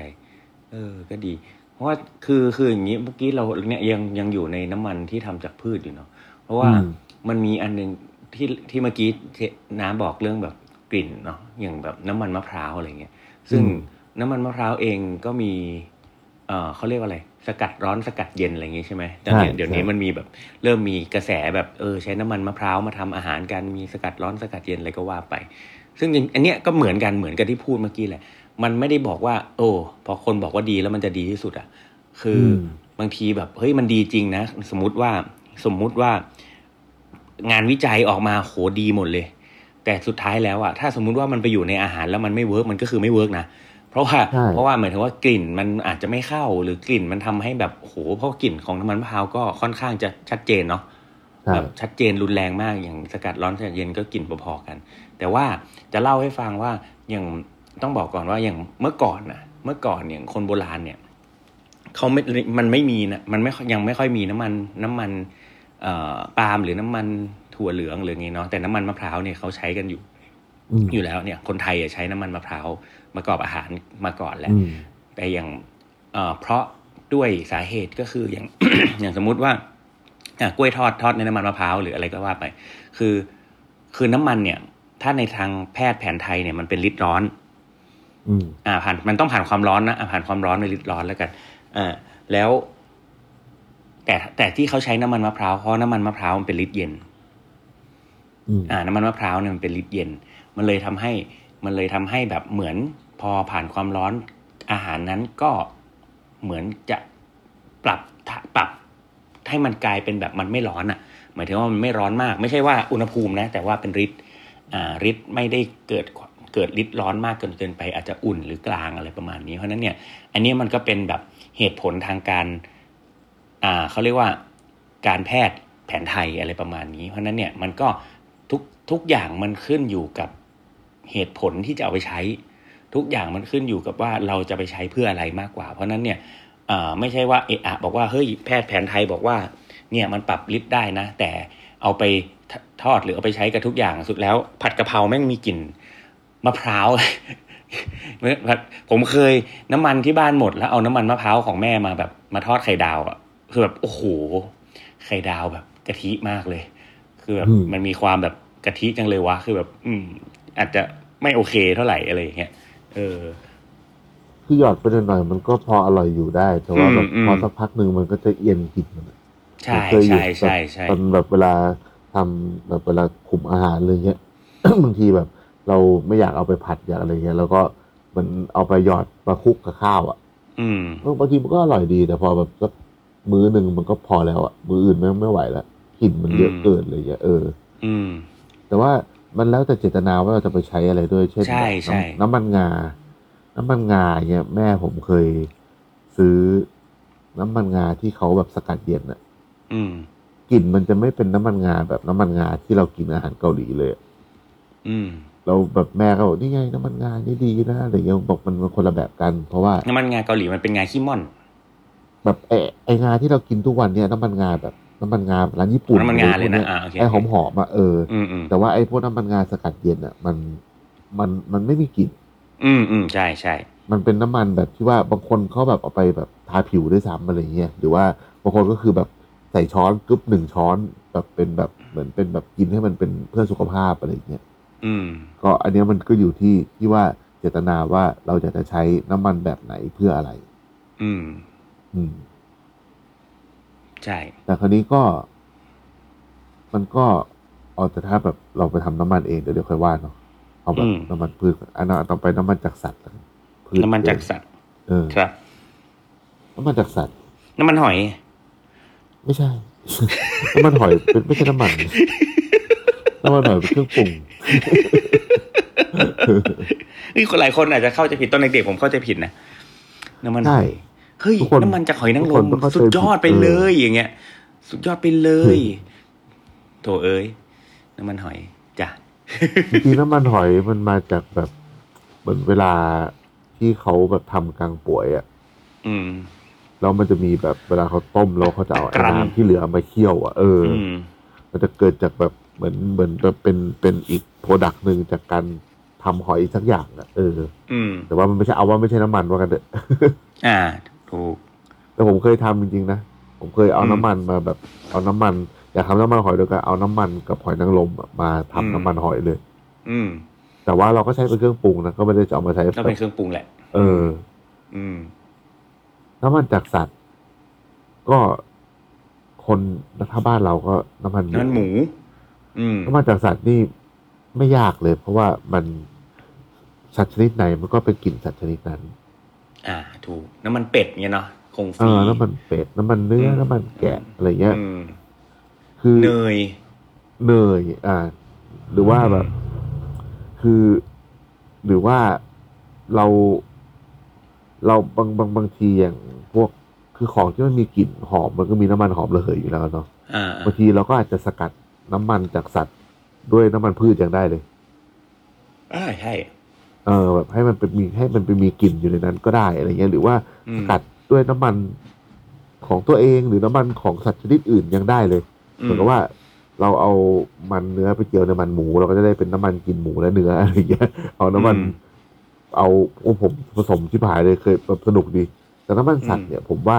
เออ ก็ดี เพราะว่าคือคืออย่างนี้เมื่อกี้เราเนี่ยยังยังอยู่ในน้ำมันที่ทำจากพืชอยู่เนาะเพราะว่า อืม มันมีอันหนึงที่ที่เมื่อกี้เทน้าบอกเรื่องแบบกลิ่นเนาะอย่างแบบน้ำมันมะพร้าวอะไรเงี้ยซึ่ง อืม น้ำมันมะพร้าวเองก็มี เออเขาเรียกว่าอะไร สกัดร้อนสกัดเย็นอะไรอย่างงี้ใช่ไหมแต่เดี๋ยว ใช่ เดี๋ยวนี้ ใช่ มันมีแบบเริ่มมีกระแสแบบเออใช้น้ำมันมะพร้าวมาทำอาหารกันมีสกัดร้อนสกัดเย็นอะไรก็ว่าไป ซึ่งจริงอันเนี้ยก็เหมือนกันเหมือนกับที่พูดเมื่อกี้แหละ มันไม่ได้บอกว่า โอ้พอคนบอกว่าดีแล้วมันจะดีที่สุดอ่ะ คืออ ม บางทีแบบเฮ้ยมันดีจริงนะ สมมติว่าสมมุติว่า งานวิจัยออกมาโหดีหมดเลย แต่สุดท้ายแล้วอะถ้าสมมุติว่ามันไปอยู่ในอาหารแล้วมันไม่เวิร์กมันก็คือไม่เวิร์กนะเพราะว่า ใช่ เพราะว่าหมายถึงว่ากลิ่นมันอาจจะไม่เข้าหรือกลิ่นมันทำให้แบบโหเพราะกลิ่นของน้ำมันมะพร้าวก็ค่อนข้างจะชัดเจนเนาะ ใช่ แบบชัดเจนรุนแรงมากอย่างสกัดร้อนสกัดเย็นก็กลิ่นพอๆกัน แต่ว่าจะเล่าให้ฟังว่าอย่างต้องบอกก่อนว่าอย่างเมื่อก่อนนะเมื่อก่อนอย่างคนโบราณเนี่ยเขาไม่มันไม่มีนะมันไม่ค่อยยังไม่ค่อยมีน้ำมันน้ำมันเอ่อปาล์มหรือน้ำมันถั่วเหลืองหรือไงเนาะแต่น้ำมันมะพร้าวเนี่ยเขาใช้กันอยู่ อืม อยู่แล้วเนี่ยคนไทยอะใช้น้ำมันมะพร้าวประกอบอาหารมาก่อนแหละ อืม แต่อย่างเอ่อเพราะด้วยสาเหตุก็คืออย่าง อย่างสมมุติว่าอ่ะกล้วยทอดทอดในน้ำมันมะพร้าวหรืออะไรก็ว่าไป คือคือน้ำมันเนี่ย ถ้าในทางแพทย์แผนไทยเนี่ยมันเป็นลิตรร้อน อืม อ่าผ่านมันต้องผ่านความร้อนนะอ่าผ่านความร้อนในลิตรร้อนแล้วกันอ่าแล้ว แต่แต่ที่เขาใช้น้ำมันมะพร้าวเพราะน้ำมันมะพร้าวมันเป็นลิตรเย็น อืม อ่าน้ำมันมะพร้าวเนี่ยมันเป็นลิตรเย็น มันเลยทำให้มันเลยทำให้แบบเหมือนพอผ่านความร้อนอาหารนั้นก็เหมือนจะปรับปรับให้มันกลายเป็นแบบมันไม่ร้อนอะ่ะ หมายถึงว่ามันไม่ร้อนมาก ไม่ใช่ว่าอุณหภูมินะ แต่ว่าเป็นฤทธิ์อ่าฤทธิ์ไม่ได้เกิดเกิดฤทธิ์ร้อนมากเกินเกินไปอาจจะอุ่นหรือกลางอะไรประมาณนี้เพราะฉะนั้นเนี่ย อันนี้มันก็เป็นแบบเหตุผลทางการ อ่าเขาเรียกว่าการแพทย์แผนไทยอะไรประมาณนี้ เพราะฉะนั้นเนี่ยมันก็ทุกทุกอย่างมันขึ้นอยู่กับเหตุผลที่จะเอาไปใช้ ทุกอย่างมันขึ้นอยู่กับว่าเราจะไปใช้เพื่ออะไรมากกว่า เพราะฉะนั้นเนี่ยเอ่อไม่ใช่ว่าเอะอะบอกว่าเฮ้ยแพทย์แผนไทยบอกว่า เนี่ยมันปรับลิตรได้นะ แต่เอาไปททอดหรือเอาไปใช้กับทุกอย่างสุดแล้ว ผัดกะเพราแม่งมีกลิ่นมะพร้าว ผมเคยน้ำมันที่บ้านหมดแล้วเอาน้ำมันมะพร้าวของแม่มาแบบมาทอดไข่ดาวอ่ะคือแบบโอ้โหไข่ดาวแบบ กะทิมากเลย คือแบบ อืม มันมีความแบบกะทิจังเลยวะคือแบบ อืม อาจจะไม่โอเคเท่าไหร่อะไรอย่างเงี้ยเออ ที่หยอดไปหน่อยๆมันก็พออร่อยอยู่ได้ แต่ว่าแบบ อืมอืม พอสักพักหนึ่งมันก็จะเอียนกลิ่นมัน ใช่ เคยอยู่ ใช่ใช่ใช่ ตอนแบบเวลาทำแบบเวลาคุมอาหารอะไรเงี้ย บางทีแบบ เราไม่อยากเอาไปผัดอยากอะไรเงี้ยแล้วก็มันเอาไปหยอดมาคลุกกับข้าวอ่ะ อืม เออบางทีมันก็อร่อยดี แต่พอแบบสักมื้อหนึ่งมันก็พอแล้วอ่ะมื้ออื่นไม่งไม่ไหวละกลิ่นมันเยอะ อืม เกินเลยเงี้ยเออ อืม แต่ว่ามันแล้วแต่เจตนาว่าเราจะไปใช้อะไรด้วย เช่น ใช่ใช่ น้ำน้ำมันงา น้ำมันงาเนี่ยแม่ผมเคยซื้อน้ำมันงาที่เขาแบบสกัดเย็นอะ อืม กลิ่นมันจะไม่เป็นน้ำมันงาแบบน้ำมันงาที่เรากินอาหารเกาหลีเลยอะ อืม เราแบบแม่ก็บอกนี่ไงน้ำมันงานี่ดีนะอะไรเงี้ยบอกมันมันคนละแบบกัน เพราะว่า น้ำมันงาเกาหลีมันเป็นงาขี้ม่อน แบบไอไองาที่เรากินทุกวันเนี่ยน้ำมันงาแบบน้ำมันงาร้านญี่ปุ่น น้ำมันงาเลยอนะไรพวก อ่าโอเค ไอหอมหอมๆอ่ะเอออ อืมอืม แต่ว่าไอพวกน้ำมันงาสกัดเย็นอ่ะมันมันมันไม่มีกลิ่น อืมอืมใช่ใช่ มันเป็นน้ำมันแบบที่ว่าบางคนเขาแบบเอาไปแบบทาผิวด้วยซ้ำอะไรเงี้ยหรือว่าบางคนก็คือแบบใส่ช้อนกึบหนึ่งช้อนแบบเป็นแบบเหมือนเป็นแบบกินให้มันเป็นเพื่อสุขภาพอะไรเงี้ย อืม ก็อันเนี้ยมันก็อยู่ที่ที่ว่าเจตนาว่าเราอยากจะใช้น้ำมันแบบไหนเพื่ออะไร อืม อืม ใช่ แต่คราวนี้ก็ มันก็เอาแต่ถ้าแบบเราไปทำน้ำมันเองเดี๋ยวเดี๋ยวค่อยว่าเนาะเอาแบบน้ำมันพืชก่อนอันนั้นเอาต่อไปน้ำมันจากสัตว์ละกันพืช น้ำมันจากสัตว์ เออ ครับ น้ำมันจากสัตว์ น้ำมันหอย ไม่ใช่ น้ำมันหอยเป็นไม่ใช่น้ำ มันน้ำมันหอยเป็นเครื่องปรุง นี่คนหลายคนอาจจะเข้าใจผิดตอนเด็กๆผมเข้าใจผิดนะน้ำมัน ใช่ เฮ้ย ทุกคน น้ำมันจากหอยนางร ทุกค ม นก็เข้าใจ สุดยอดไป ผิดเออ เลยอย่างเงี้ย สุดยอดไปเลย เออ โถเอ้ยน้ำมันหอยจ้ะ จริงๆน้ำมันหอยมันมาจากแบบเหมือนเวลาที่เขาแบบทำกลางป่วยอะ อืม แล้วมันจะมีแบบเวลาเขาต้มแล้วเขาจะเอาไอ้ กรัน น้ำที่เหลือมาเคี่ยวอ่ะเอออ อืม มันจะเกิดจากแบบเหมือนเหมือนแบบเป็นเป็นอีกโปรดักต์หนึ่งจากการทำหอยสักอย่างอ่ะเออ อืม แต่ว่ามันไม่ใช่เอาว่าไม่ใช่น้ำมันว่ากันเถอะ อ่า ถูก แต่ผมเคยทำจริงๆนะผมเคยเอา อืม น้ำมันมาแบบเอาน้ำมัน อยากทำน้ำมันหอยด้วยกันเอาน้ำมันกับหอยนางรมอะมาทำ อืม น้ำมันหอยเลย อืม แต่ว่าเราก็ใช้เป็นเครื่องปรุงนะก็ไม่ได้จะเอามาใช้ ก็เป็นเครื่องปรุงแหละ เออ อืม น้ำมันจากสัตว์ ก็คนถ้าบ้านเราก็น้ำมัน น้ำมันหมู อืม น้ำมันจากสัตว์นี่ไม่ยากเลย เพราะว่ามันสัตว์ชนิดไหนมันก็เป็นกลิ่นสัตว์ชนิดนั้น อ่า ถูก น้ำมันเป็ดเนี่ยเนาะคง เอ ฟี อน้ำมันเป็ดน้ำมันเนื้อ อืม น้ำมันแกะอะไรเงี้ย อืม คือ เนย เนยอ่า หรือว่าแบบ คือ หรือว่าเราเราบางบางบางทีอย่างพวกคือของที่มันมีกลิ่นหอมมันก็มีน้ำมันหอมระเหยอยู่แล้วเนาะ อ่า บางทีเราก็อาจจะสกัดน้ำมันจากสัตว์ ด้วยน้ำมันพืชอย่างได้เลย อ่าใช่ เออแบบให้มันเป็นมีให้มันเป็นมีกลิ่นอยู่ในนั้นก็ได้อะไรเงี้ยหรือว่า อืม สกัดด้วยน้ำมันของตัวเองหรือน้ำมันของสัตว์ชนิดอื่นยังได้เลยเหมือนกับว่าเราเอามันเนื้อไปเจียวในมันหมู เราก็จะได้เป็นน้ำมันกลินหมูและเนื้อ อะไรเงี้ยเอาน้ำมัน อืม เอาโอ้ผมผสมชิบหายเลยเคยแบบสนุกดี แต่น้ำมันสัตว์เนี่ย ผมว่า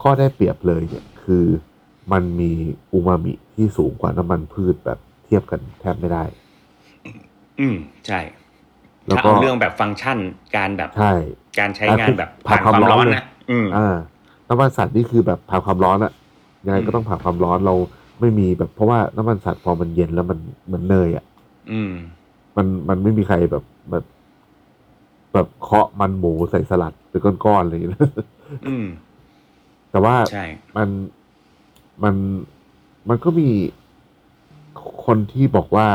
ข้อได้เปรียบเลยเนี่ยคือมันมีอูมามิที่สูงกว่าน้ำมันพืชแบบเทียบกันแทบไม่ได้ อืม ใช่ แล้ว ถ้า ก็ เอาเรื่องแบบฟังก์ชันการแบบ ใช่ การใช้งานแบบ ผ่า ผ่าน น คาวความม ร้ ร้ อ อน น เลย นะอืม อ่าน้ำมันสัตว์นี่คือแบบผ่านความร้อนอะยังไงก็ อืม ต้องผ่านความร้อนเราไม่มีแบบเพราะว่าน้ำมันสัตว์พอมันเย็นแล้วมันเหมือนเนยอะ อืม มันมันไม่มีใครแบบแบบแบบเคาะมันหมูใส่สลัดเป็นก้อนๆเลย นะ อืม แต่ว่า ใช่ มันมันมันก็มีคนที่บอกว่า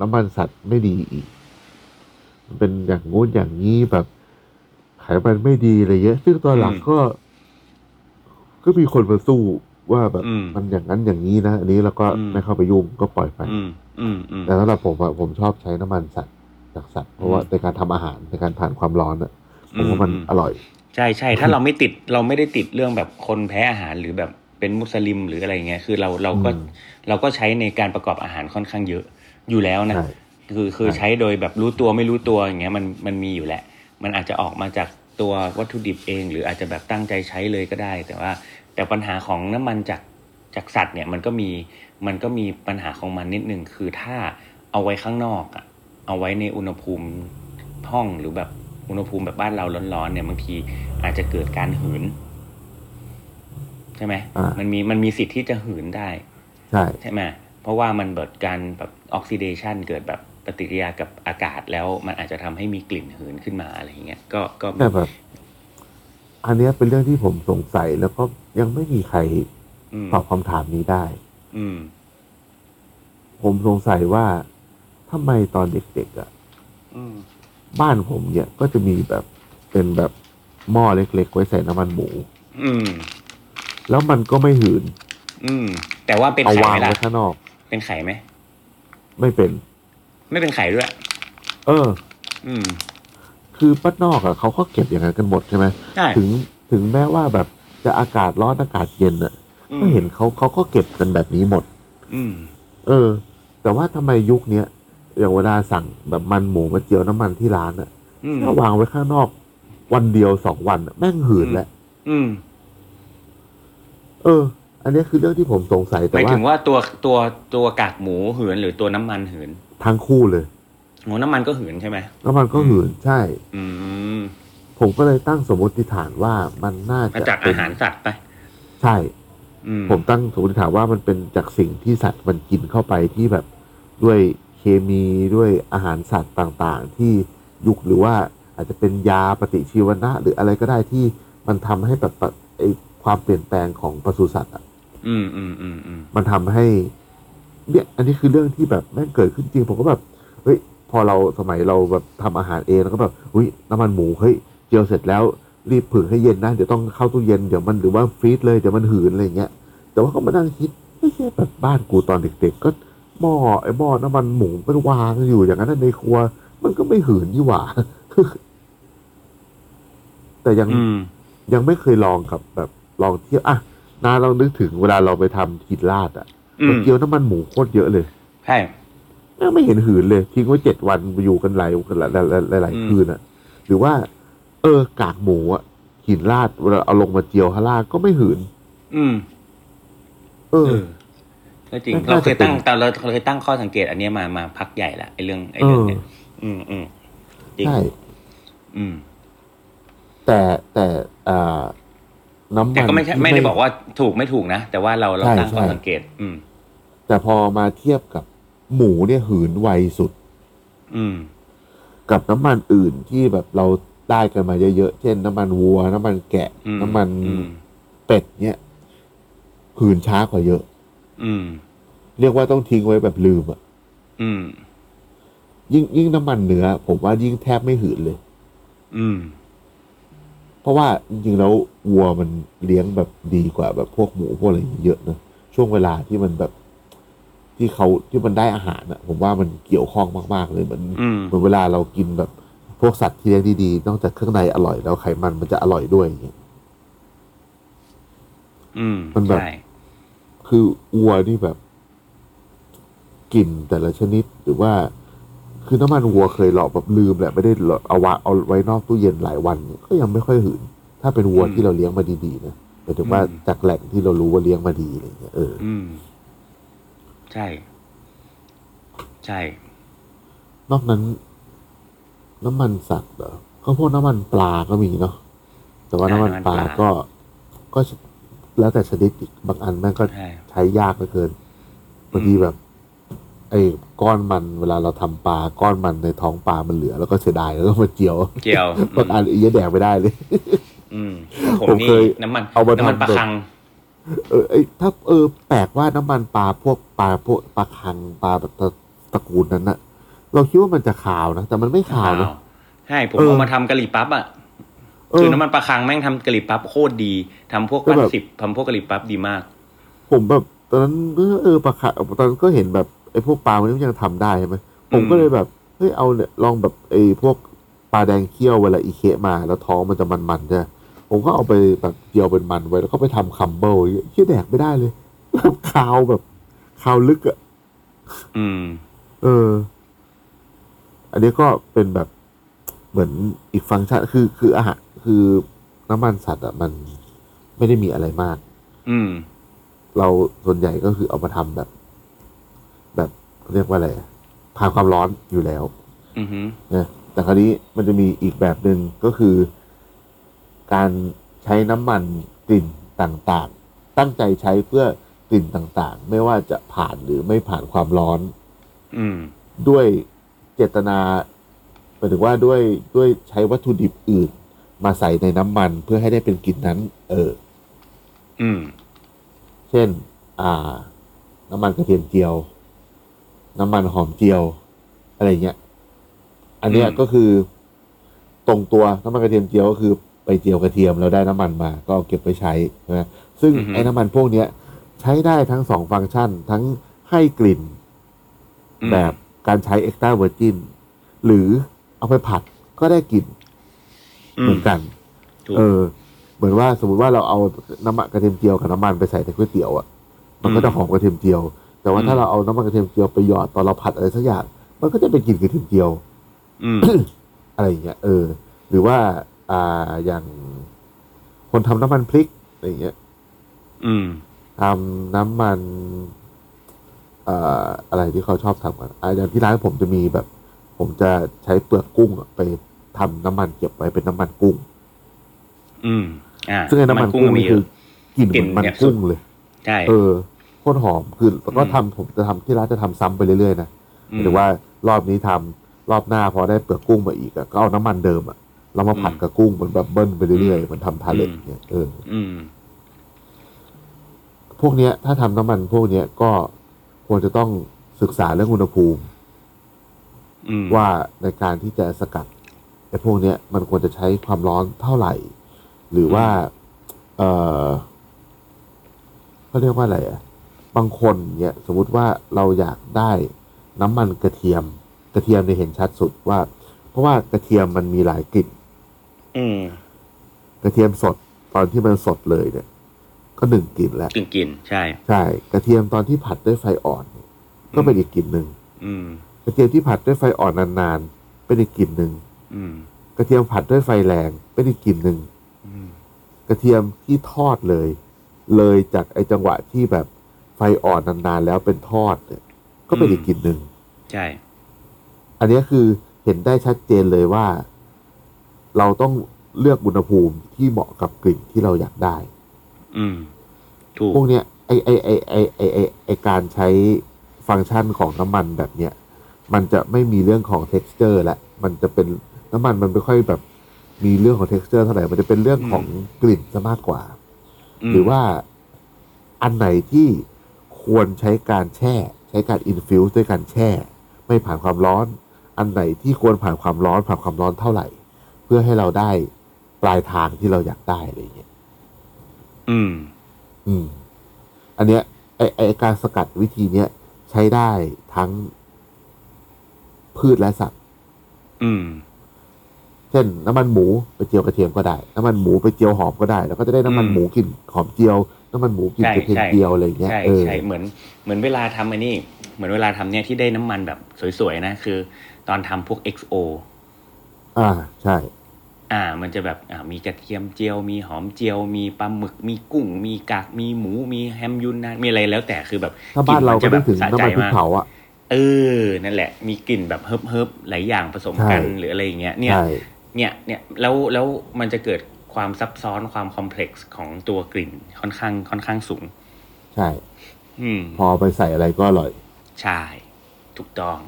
น้ำมันสัตว์ไม่ดีอีก มันเป็นอย่างงู้นอย่างนี้แบบไขมันไม่ดีอะไรเยอะ ซึ่งตอนหลัง อืม ก็ ก็มีคนมาสู้ว่าแบบ อืม มันอย่างนั้นอย่างนี้นะอันนี้เราก็ อืม ไม่เข้าไปยุ่งก็ปล่อยไป อืม อืม อืม แต่สำหรับผมอะผมชอบใช้น้ำมันสัตว์จากสัตว์เพราะว่า อืม ในการทำอาหารในการผ่านความร้อนอะผมว่ามัน อืมอืม อร่อย ใช่ใช่ถ้าเราไม่ติดเราไม่ได้ติดเรื่องแบบคนแพ้อาหารหรือแบบเป็นมุสลิมหรืออะไรอย่างเงี้ยคือเราเราก็ อืม เราก็ใช้ในการประกอบอาหารค่อนข้างเยอะอยู่แล้วนะ ใช่ คือคือ ใช่ ใช้โดยแบบรู้ตัวไม่รู้ตัวอย่างเงี้ยมันมันมีอยู่แหละ มันอาจจะออกมาจากตัววัตถุดิบเอง หรืออาจจะแบบตั้งใจใช้เลยก็ได้ แต่ว่าแต่ปัญหาของน้ำมันจาก จากสัตว์เนี่ยมันก็มีมันก็มีปัญหาของมันนิดนึงคือถ้าเอาไว้ข้างนอกอะเอาไว้ในอุณหภูมิห้องหรือแบบอุณหภูมิแบบบ้านเราร้อนๆเนี่ยบางทีอาจจะเกิดการหืน ใช่ไหม อ่ามั มันมีมันมีสิทธิ์ที่จะหืนได้ ใช่ ใช่ไหมเพราะว่ามันเกิดการแบบออกซิเดชันเกิดแบบปฏิกิริยากับอากาศแล้วมันอาจจะทำให้มีกลิ่นหืนขึ้นมาอะไรอย่างเงี้ย ก็ก็มี แต่แบบอันเนี้ยเป็นเรื่องที่ผมสงสัยแล้วก็ยังไม่มีใคร อืม ตอบคำถามนี้ได้ อืม ผมสงสัยว่าทำไมตอนเด็กๆอ่ะ อืม บ้านผมเนี่ยก็จะมีแบบเป็นแบบหม้อเล็กๆ ไว้ใส่น้ำมันหมู อืม แล้วมันก็ไม่หืน อืม แต่ว่าเป็น เอา ไข่ วาง ไหมล่ะ ไว้ข้างนอก เป็นไข่ไหม ไม่เป็น ไม่เป็นไข่ด้วย เออ อืม คือป้านนอกอ่ะเขาก็เก็บอย่างนั้นกันหมดใช่ไหม ใช่ ถึงถึงแม้ว่าแบบจะอากาศร้อนอากาศเย็นอ่ะ อืม ก็เห็นเขาเขาก็เก็บกันแบบนี้หมด อืม เออ แต่ว่าทำไมยุคเนี้ยอย่างเวลาสั่งแบบมันหมูมาเจียวน้ำมันที่ร้านอ่ะ อืม ถ้าวางไว้ข้างนอก วันเดียวสองวันอะแม่งหืนแล้ว อืม เออ อันเนี้ยคือเรื่องที่ผมสงสัย ห แต่ มาย ว่า ถึงว่าตัวตัวตัวกากหมูหืนหรือตัวน้ำมันหืน ทั้งคู่เลย หมูน้ำมันก็หืนใช่ไหม น้ำมันก็หืนใช่ อืม ผมก็เลยตั้งสมมติฐานว่ามันน่า มา จะ จากอาหารสัตว์ไป ใช่ อืม ผมตั้งสมมติฐานว่ามันเป็นจากสิ่งที่สัตว์มันกินเข้าไปที่แบบด้วยเคมีด้วยอาหารสัตว์ต่างๆ ที่ยุคหรือว่าอาจจะเป็นยาปฏิชีวนะ หรืออะไรก็ได้ที่มันทำให้แบบปะไอความเปลี่ยนแปลงของปศุสัตว์อะ อืมอืมอืมอืม มันทำให้เนี่ยอันนี้คือเรื่องที่แบบแม่งเกิดขึ้นจริง ผมก็แบบเฮ้ยพอเราสมัยเราแบบทำอาหารเองแล้วก็แบบอุ้ยน้ำมันหมูเฮ้ยเจียวเสร็จแล้วรีบผึ่งให้เย็นนะเดี๋ยวต้องเข้าตู้เย็นเดี๋ยวมันหรือว่าฟรีซเลยเดี๋ยวมันหืนอะไรอย่างเงี้ย แต่ว่าก็มานั่งคิดไม่ใช่แบบบ้านกูตอนเด็กๆ ก็หม้อไอ้หม้อน้ำมันหมูมันวางอยู่อย่างนั้นนะในครัว มันก็ไม่หืนนี่หว่า แต่ยัง อืม ยังไม่เคยลองกับแบบลองเที่ยวอ่ะนาเรานึกถึงเวลาเราไปทำกินลาดอ่ะ อื เรา ม เกี๊ยวน้ำมันหมูโคตรเยอะเลย ใช่ แม่งไม่เห็นหืนเลยทิ้งไว้เจ็ดวันอยู่กันหลายกันหลายหลายหลายหลาย อืม คืนอ่ะ หรือว่า เออกากหมูอ่ะกินลาดเวลาเอาลงมาเจียวฮาลาดก็ไม่หืน อืม เออ เออก็จริง น่า เราเคยตั้ง จะเป็น แต่เราเราเคยตั้งข้อสังเกต อันเนี้ยมามาพักใหญ่ละไอ้เรื่องไอ้เรื่องเนี้ย เอ อืมอืมจริง ใช่ อืม แต่แต่อ่าน้ำมัน แต่ก็ไม่ใช่ ที่ ไม่ได้บอกว่าถูกไม่ถูกนะ แต่ว่าเราเรา ใช่ ตั้งข้อ ใช่ สังเกต อืม แต่พอมาเทียบกับหมูเนี่ยหืนไวสุด อืม กับน้ำมันอื่นที่แบบเราได้กันมาเยอะๆเช่น น้ำมันวัว น้ำมันแกะ อืม น้ำมัน อืม เป็ดเนี่ยหืนช้ากว่าเยอะ อืม เรียกว่าต้องทิ้งไว้แบบลืมอะ อืม ยิ่งยิ่งน้ำมันเนื้อผมว่ายิ่งแทบไม่หืนเลย อืม เพราะว่าจริงๆแล้ววัวมันเลี้ยงแบบดีกว่าแบบพวกหมูพวกอะไรอย่างเงี้ยเยอะนะช่วงเวลาที่มันแบบที่เขาที่มันได้อาหารอะผมว่ามันเกี่ยวข้องมากๆเลยเหมือน อืม เหมือนเวลาเรากินแบบพวกสัตว์ที่เลี้ยงดีๆนอกจากเครื่องในอร่อยแล้วไขมันมันจะอร่อยด้วยอย่างเงี้ย อืม มันแบบ ใช่ คือวัวนี่แบบกลิ่นแต่ละชนิดหรือว่า คือน้ำมันวัวเคยหลอกแบบลืมแหละไม่ได้หลอกเอาวางเอาไว้นอกตู้เย็นหลายวันเนี่ยก็ยังไม่ค่อยหืน ถ้าเป็นวัวที่เราเลี้ยงมาดีๆนะหมายถึงว่าจากแหล่งที่เรารู้ว่าเลี้ยงมาดีอะไรอย่างเงี้ยเออ อืม ใช่ ใช่ นอกนั้น น้ำมันสัตว์เหรอก็พวกน้ำมันปลาก็มีเนาะแต่ว่า ใช่ น้ำมันปลา น้ำมันปลา ก็ ก็แล้วแต่ชนิดอีกบางอันแม่งก็ ใช่ ใช้ยากเหลือเกิน อืม บางทีแบบ ไอ้ก้อนมันเวลาเราทำปลาก้อนมันในท้องปลามันเหลือ แล้วก็เสียดายแล้วก็มาเจียว เจียว บางอันอีเหี้ยแดกไม่ได้เลย อืมผม ผม นี่ เคย น้ำมัน เอามา น้ำมัน ทำ ปลา แบบ คัง เออไอ้ถ้าเออแปลกว่าน้ำมันปลาพวกปลาพวกปลาคังปลาแบบตระตระกูลนั้นนะเราคิดว่ามันจะขาวนะแต่มันไม่ขาวนะ ใช่ผม เออ เอามาทำกะหรี่ปั๊บอ่ะ เออ คือน้ำมันปลาคังแม่งทำกะหรี่ปั๊บโคตรดีทำพวก ก็ ปั๊บ แบบ สิบทำพวกกะหรี่ปั๊บดีมาก ผมแบบตอนนั้นเออเออปลาคังตอนนั้นก็เห็นแบบไอ้พวกปลามันยังทำได้ใช่ไหมผมก็เลยแบบเฮ้ยเอาเนี่ยลองแบบไอ้พวกปลาแดงเคี้ยวเวลาอีเคะมาแล้วท้องมันจะมันๆใช่ไหมผมก็เอาไปแบบเจียวเป็นมันไว้แล้วก็ไปทำคัมเบิลเคี้ยแดกไม่ได้เลย แบบคาวแบบคาวลึกอะ อืม เออ อันนี้ก็เป็นแบบเหมือนอีกฟังก์ชันคือคืออาหารคือน้ำมันสัตว์อะมันไม่ได้มีอะไรมาก อืม เราส่วนใหญ่ก็คือเอามาทำแบบ แบบเรียกว่าอะไรอะผ่านความร้อนอยู่แล้ว อือฮึ นะแต่คราวนี้มันจะมีอีกแบบหนึ่งก็คือ การใช้น้ำมันกลิ่นต่างๆ ตั้งใจใช้เพื่อกลิ่นต่างๆ ไม่ว่าจะผ่านหรือไม่ผ่านความร้อน อืม ด้วยเจตนาหมายถึงว่าด้วยด้วยใช้วัตถุดิบอื่น มาใส่ในน้ำมันเพื่อให้ได้เป็นกลิ่นนั้น เออ อืม เช่น อ่า น้ำมันกระเทียมเจียว น้ำมันหอมเจียว อะไรเงี้ย อันเนี้ย อืม ก็คือ ตรงตัวน้ำมันกระเทียมเจียวก็คือไปเจียวกระเทียมแล้วได้น้ำมันมา ก็เอาเก็บไปใช้ใช่ไหมซึ่งไอ้น้ำมันพวกเนี้ย ใช้ได้ทั้งสองฟังก์ชัน ทั้งให้กลิ่น อืม แบบการใช้เอ็กซ์ต r ้าเวอร์จินหรือเอาไปผัดก็ได้กลิ่นเหมือนกัน ถูก เออ เหมือนว่าสมมติว่าเราเอาน้ำมันกระเทียมเจียวกับน้ำมันไปใส่ในก๋วยเตี๋ยวอ่ะมันก็จะหอมกระเทียมเจียว แต่ว่าถ้าเราเอาน้ำมันกระเทียมเจียวไปหยอดตอนเราผัดอะไรสักอย่างมันก็จะเป็นกลิ่นกระเทียมเจียว อืม อะไรอย่างเงี้ยเออ หรือว่าอ่าอย่างคนทำน้ำมันพริกอะไรอย่างเงี้ย อืม ทำน้ำมันเอ่ออะไรที่เขาชอบทำกันอ่ะอย่างที่ร้านผมจะมีแบบ ผมจะใช้เปลือกกุ้งอะไปทำน้ำมันเก็บไว้เป็นน้ำมันกุ้ง อืม อ่า ซึ่งไอ้น้ำมันกุ้ง มั นี่ มีเย คือ อะ กลิ่นเหมือนมัน กลิ่นเนี่ย กุ้งเลย ใช่ เออโคตรหอมคือแล้วก็ อืม ทำผมจะทำที่ร้านจะทำซ้ำไปเรื่อยๆนะ อืม หรือว่ารอบนี้ทำรอบหน้าพอได้เปลือกกุ้งมาอีกอะก็เอาน้ำมันเดิมอะเรามาผัดกับกุ้งเหมือนแบบเบิ้ลไปเรื่อยๆเหมือนทำทาเลตเนี่ยเออ อืม พวกเนี้ยถ้าทำน้ำมันพวกเนี้ยก็ควรจะต้องศึกษาเรื่องอุณหภูมิ อืม ว่าในการที่จะสกัดไอ้พวกเนี้ยมันควรจะใช้ความร้อนเท่าไหร่ หรือว่า เออเขาเรียกว่าอะไรอะบางคนเนี่ยสมมุติว่าเราอยากได้น้ำมันกระเทียม กระเทียมเนี่ยเห็นชัดสุดว่า เพราะว่ากระเทียมมันมีหลายกลิ่น อืม กระเทียมสดตอนที่มันสดเลยเนี่ย ก็หนึ่งกลิ่นแล้ว กลิ่นกลิ่นใช่ ใช่ กระเทียมตอนที่ผัดด้วยไฟอ่อนเนี่ยก็เป็นอีกกลิ่นหนึ่ง อืม กระเทียมที่ผัดด้วยไฟอ่อนนานๆเป็นอีกกลิ่นหนึ่ง อืม กระเทียมผัดด้วยไฟแรงเป็นอีกกลิ่นหนึ่ง อืม กระเทียมที่ทอดเลย เลยจากไอจังหวะที่แบบไฟอ่อนนานๆแล้วเป็นทอดเนี่ยก็เป็นอีกกลิ่นหนึ่ง ใช่ อันเนี้ยคือเห็นได้ชัดเจนเลยว่า เราต้องเลือกอุณหภูมิที่เหมาะกับกลิ่นที่เราอยากได้ อืม ถูก พวกเนี้ยไอไอไอไอไอไอไอการใช้ฟังก์ชันของน้ำมันแบบเนี้ยมันจะไม่มีเรื่องของ t e x t อร์ละมันจะเป็นน้ำมันมันไม่ค่อยแบบมีเรื่องของ t e x t อร์เท่าไหร่มันจะเป็นเรื่องของกลิ่นซะมากกว่า ม หรือว่าอันไหนที่ควรใช้การแช่ ใช้การอินฟิวส์ด้วยการแช่ ไม่ผ่านความร้อน อันไหนที่ควรผ่านความร้อน ผ่านความร้อนเท่าไหร่ เพื่อให้เราได้ปลายทางที่เราอยากได้อะไรอย่างเงี้ย อืม อืม อันเนี้ยไอไอการสกัดวิธีเนี้ยใช้ได้ทั้งพืชและสัตว์ อืม เช่น น้ำมันหมูไปเจียวกระเทียมก็ได้ น้ำมันหมูไปเจียวหอมก็ได้ แล้วก็จะได้น้ำมัน อืม หมูกลิ่นหอมเจียว น้ำมันหมูกลิ่น ใช่ กระเทียม ใช่ เจียวอะไรอย่างเงี้ย ใช่ เออ ใช่เหมือนเหมือนเวลาทำไอ้นี่ เหมือนเวลาทำเนี่ยที่ได้น้ำมันแบบสวยๆนะ คือ ตอนทำพวก XO อ่า ใช่ อ่า มันจะแบบอ่ามีกระเทียมเจียว มีหอมเจียว มีปลาหมึก มีกุ้ง มีกากมีหมู มีแฮมยูนนานมีอะไรแล้วแต่คือแบบ ถ้าบ้านเราก็นึกถึง สะ น้ำ ใจ มันพริก มาก เผาอ่ะ เออ นั่นแหละ มีกลิ่นแบบเฮิบเฮิบๆหลายอย่างผสมกัน ใช่ หรืออะไรอย่างเงี้ย เนี่ย ใช่ เนี่ย เนี่ย แล้ว แล้ว มันจะเกิดความซับซ้อน ความคอมเพล็กซ์ของตัวกลิ่นค่อนข้าง ค่อนข้างสูง ใช่ อืม พอไปใส่อะไรก็อร่อย ใช่ ถูกต้อง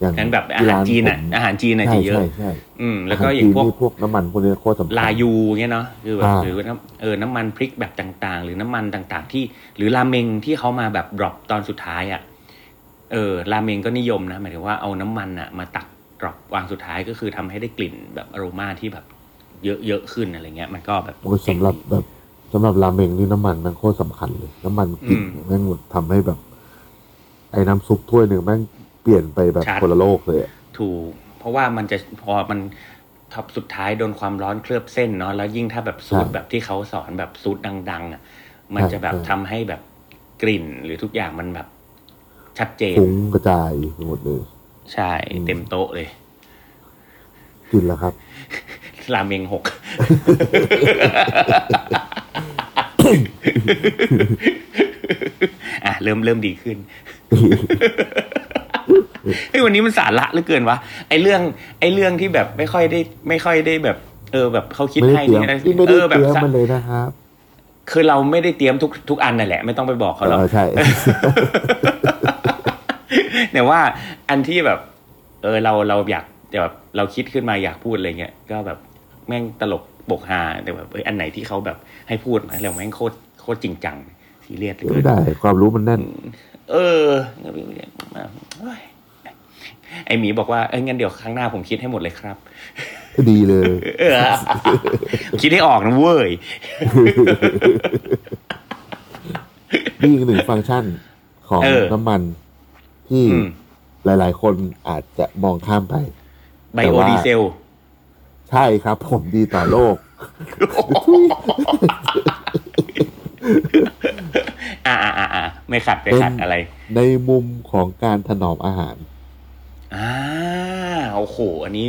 อย่าง งั้นแบบอาหารจีนอ่ะ อาหารจีนอ่ะ ใช่ จะเยอะ ใช่ใช่ อืม แล้วก็อย่างพวก หรจีนนี่พวกน้ำมันพวกเนี้ยโคตรสำคัญ ลายูเงี้ยเนาะ คือแบบ อ่า หรือว่าน้ำเออ น้ำมันพริกแบบต่าง ๆ หรือน้ำมันต่างๆ ที่ หรือราเมงที่เขามาแบบดรอปตอนสุดท้ายอ่ะ เออ ราเมงก็นิยมนะ หมายถึงว่าเอาน้ำมันอ่ะ มาตักดรอปวางสุดท้ายก็คือทำให้ได้กลิ่นแบบอโรมาที่แบบเยอะๆขึ้นอะไรเงี้ย มันก็แบบ โอ้ยสำหรับ เจ๋งดี แบบสำหรับราเมงนี่น้ำมันแมันโคตรสำคัญเลย น้ำมันกลิ่น อืม แม่งทำให้แบบ ไอ้น้ำซุปถ้วยหนึ่งแม่งเปลี่ยนไปแบบ ชัด คนละโลกเลยอะ ถูกเพราะว่ามันจะพอมันท็อปสุดท้ายโดนความร้อนเคลือบเส้นเนาะแล้วยิ่งถ้าแบบสูตรแบบที่เขาสอนแบบสูตรดัง ๆ อ่ะ มันจะแบบทำให้แบบกลิ่นหรือทุกอย่างมันแบบชัดเจน ฟุ้งกระจายไปหมดเลย ใช่เต็มโต๊ะเลย กินแล้วครับ ราเมง หก อ่ะเริ่มเริ่มดีขึ้ น เฮ้ยวันนี้มันสาระเหลือเกินวะไอเรื่องไอเรื่องที่แบบไม่ค่อยได้ ไม่ค่อยได้แบบ เออแบบเขาคิด ไม่ได้ ให้ เตรียม นี่นะ ที่ไม่ เอ ได้ อแบ เต บ รียม สะ มันเลยนะครับ คือเราไม่ได้เตรียมทุกทุกอันนั่นแหละ ไม่ต้องไปบอกเขาหรอก เอ อใช่ แต่ว่าอันที่แบบ เออเราเราอยากแบบเราคิดขึ้นมาอยากพูดอะไรเงี้ยก็แบบแม่งตลกบกฮาแต่แบบเอ้ยอันไหนที่เขาแบบให้พูดนะเราแม่งโคตรโคตรจริงจังซีเรียสเลย ไม่ได้ความรู้มันแน่น เออเฮ้ยไอหมีบอกว่าเอ้ยงั้นเดี๋ยวครั้งหน้าผมคิดให้หมดเลยครับ ก็ดีเลย เออคิดให้ออกนะเว้ย นี่คือหนึ่งฟังก์ชันของ เออ น้ำมันที่ อืม หลาย ๆ คนอาจจะมองข้ามไป ไบโอดีเซล ใช่ครับผมดีต่อโลก อ่าอ่าอ่าอ่าไม่ขัดไม่ขัดอะไร ในมุมของการถนอมอาหาร อ่าโอ้โห อันนี้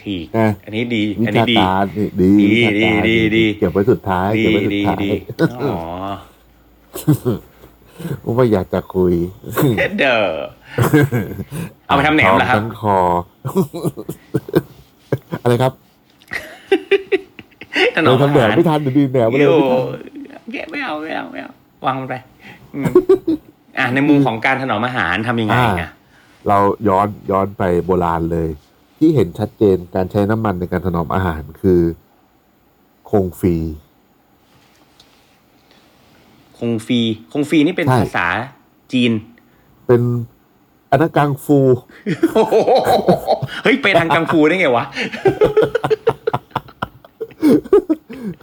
ฉีก อ่ะ อันนี้ดี วิ อัน ชา นี้ดี การนี่ดี ดี วิชาการ ดีดี เก็บไว้สุดท้าย ดี เก็บไว้สุด ดี ท้าย ดีอ๋อ ว่าอยากจะคุย เด้อ เอาไปทำแหนมเหรอครับ ทั้งคอ อะไรครับ ถน เรา อมอา ทำแหน หาม ร ไม่ทันเดี๋ยวดีแหนมไม่ได้ โย่ ไม่ทัน ไม่เอาไม่เอาไม่เอาวางมันไปอืมอ่าในมุมของการถนอมอาหารทำยังไง อ่า อ่ะ เราย้อนย้อนไปโบราณเลย ที่เห็นชัดเจนการใช้น้ำมันในการถนอมอาหารคือ คงฟรี คงฟีคงฟีนี่เป็น ใช่ ภาษาจีน เป็นอนนนกังฟู เฮ้ย ไปทางกังฟูได้ไงวะ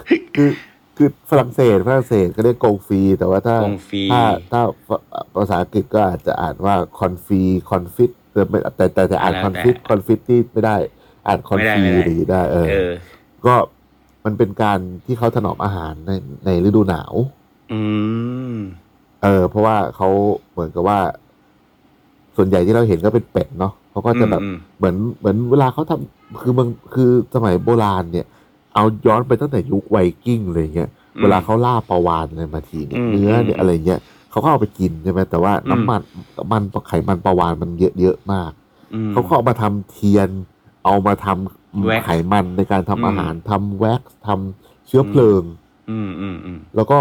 คือคือฝรั่งเศสฝรั่งเศสก็เรียกกงฟรีแต่ว่าถ้าก งฟรี ถ้าถ้าภาษาอังกฤษก็อาจจะอ่านว่าคอนฟีคอนฟิตแต่ไม่แต่แต่จะอ่านคอนฟิตคอนฟิตนี่ไม่ได้ อ่านคอน ไม่ได้ ฟี ไม่ ห ได้ รือได้ เอ เอ อ อ ก็มันเป็นการที่เขาถนอมอาหารในในฤดูหนาว อืม เออเพราะว่าเขาเหมือนกับว่า ส่วนใหญ่ที่เราเห็นก็เป็นเป็ดเนาะเขาก็จะแบบ อืมอืม เหมือนเหมือนเวลาเขาทำคือมันคือสมัยโบราณเนี่ย เอาย้อนไปตั้งแต่ยุคไวกิ้งเลยเงี้ยเวลาเขาล่าปลาวานอะไรมาทีเนี่ย อืม เนื้อเนี่ย อืม อะไรเงี้ยเขาก็เอาไปกินใช่ไหมแต่ว่าน้ำมันน้ำมันไขมันปลาวานมันเยอะเยอะๆมาก อืม เขาก็เอามาทำเทียน เอามาทำ แว็กซ์ ไขมันในการทำ อืม อาหารทำแว็กซ์ทำเชื้อเพลิง อืมอืมอืม แล้วก็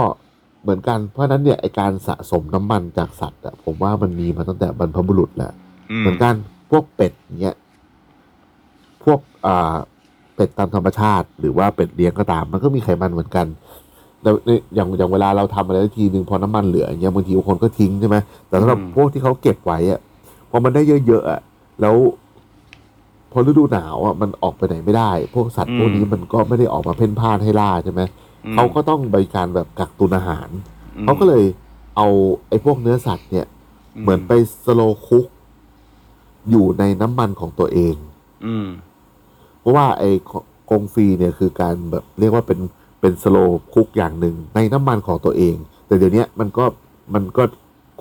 เหมือนกันเพราะฉะนั้นเนี่ยไอการสะสมน้ำมันจากสัตว์อะผมว่ามันมีมาตั้งแต่บรรพบุรุษแหละเหมือนกันพวกเป็ดเนี่ยพวกอ่าเป็ดตามธรรมชาติ หรือว่าเป็ดเลี้ยงก็ตาม มันก็มีไขมันเหมือนกันแล้วในอย่างอย่างเวลาเราทำอะไรสักทีหนึ่งพอน้ำมันเหลืออย่างเงี้ยบางทีบางคนก็ทิ้งใช่ไหมแต่สำหรับ อืม พวกที่เขาเก็บไว้อะพอมันได้เยอะๆอะแล้ว พอฤดูหนาวอ่ะมันออกไปไหนไม่ได้ พวกสัตว์พวกนี้มันก็ไม่ได้ออกมาเพ่นพ่านให้ล่าใช่ไหม อืม เขาก็ต้องบริการแบบกักตุนอาหาร อืม เขาก็เลยเอาไอ้พวกเนื้อสัตว์เนี่ย อืม เหมือนไปสโลว์คุก อยู่ในน้ำมันของตัวเอง อืม เพราะว่าไอ้กงฟรีเนี่ยคือการแบบเรียกว่าเป็นเป็นสโลว์คุกอย่างหนึ่งในน้ำมันของตัวเอง แต่เดี๋ยวเนี้ยมันก็มันก็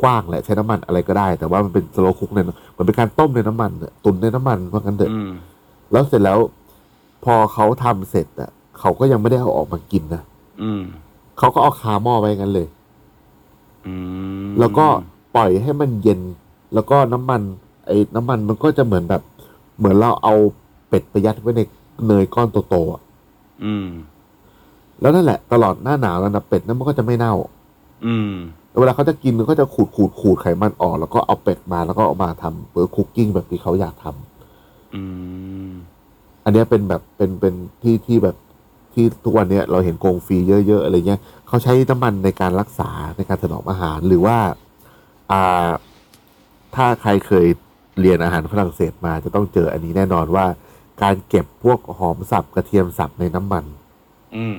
กว้างแหละใช้น้ำมันอะไรก็ได้ แต่ว่ามันเป็นสโลว์คุกเนี่ยมันเป็นการต้มในน้ำมันเนี่ยตุนในน้ำมันว่างั้นเถอะ อืม แล้วเสร็จแล้วพอเขาทำเสร็จอ่ะเขาก็ยังไม่ได้เอาออกมากินนะ อืม เขาก็เอาคาหม้อไว้งั้นเลย อืม แล้วก็ปล่อยให้มันเย็น แล้วก็น้ำมัน ไอ้น้ำมันมันก็จะเหมือนแบบ เหมือนเราเอาเป็ดไปยัดไว้ในเนยก้อนโตๆอะ อืม แล้วนั่นแหละตลอดหน้าหนาวแล้วนะเป็ดนั้นมันก็จะไม่เน่า อืม แล้วเวลาเขาจะกินเขาจะขูดขูดขูดไขมันออก แล้วก็เอาเป็ดมาแล้วก็เอามาทำเบอร์คุกกิ้งแบบที่เขาอยากทำ อืม อันเนี้ยเป็นแบบเป็นเป็นที่ที่แบบที่ทุกวันเนี้ยเราเห็นโกงฟรีเยอะ ๆ อะไรเงี้ยเขาใช้น้ำมันในการรักษาในการถนอมอาหารหรือว่าอ่าถ้าใครเคยเรียนอาหารฝรั่งเศสมาจะต้องเจออันนี้แน่นอนว่า การเก็บพวกหอมสับกระเทียมสับในน้ำมัน อืม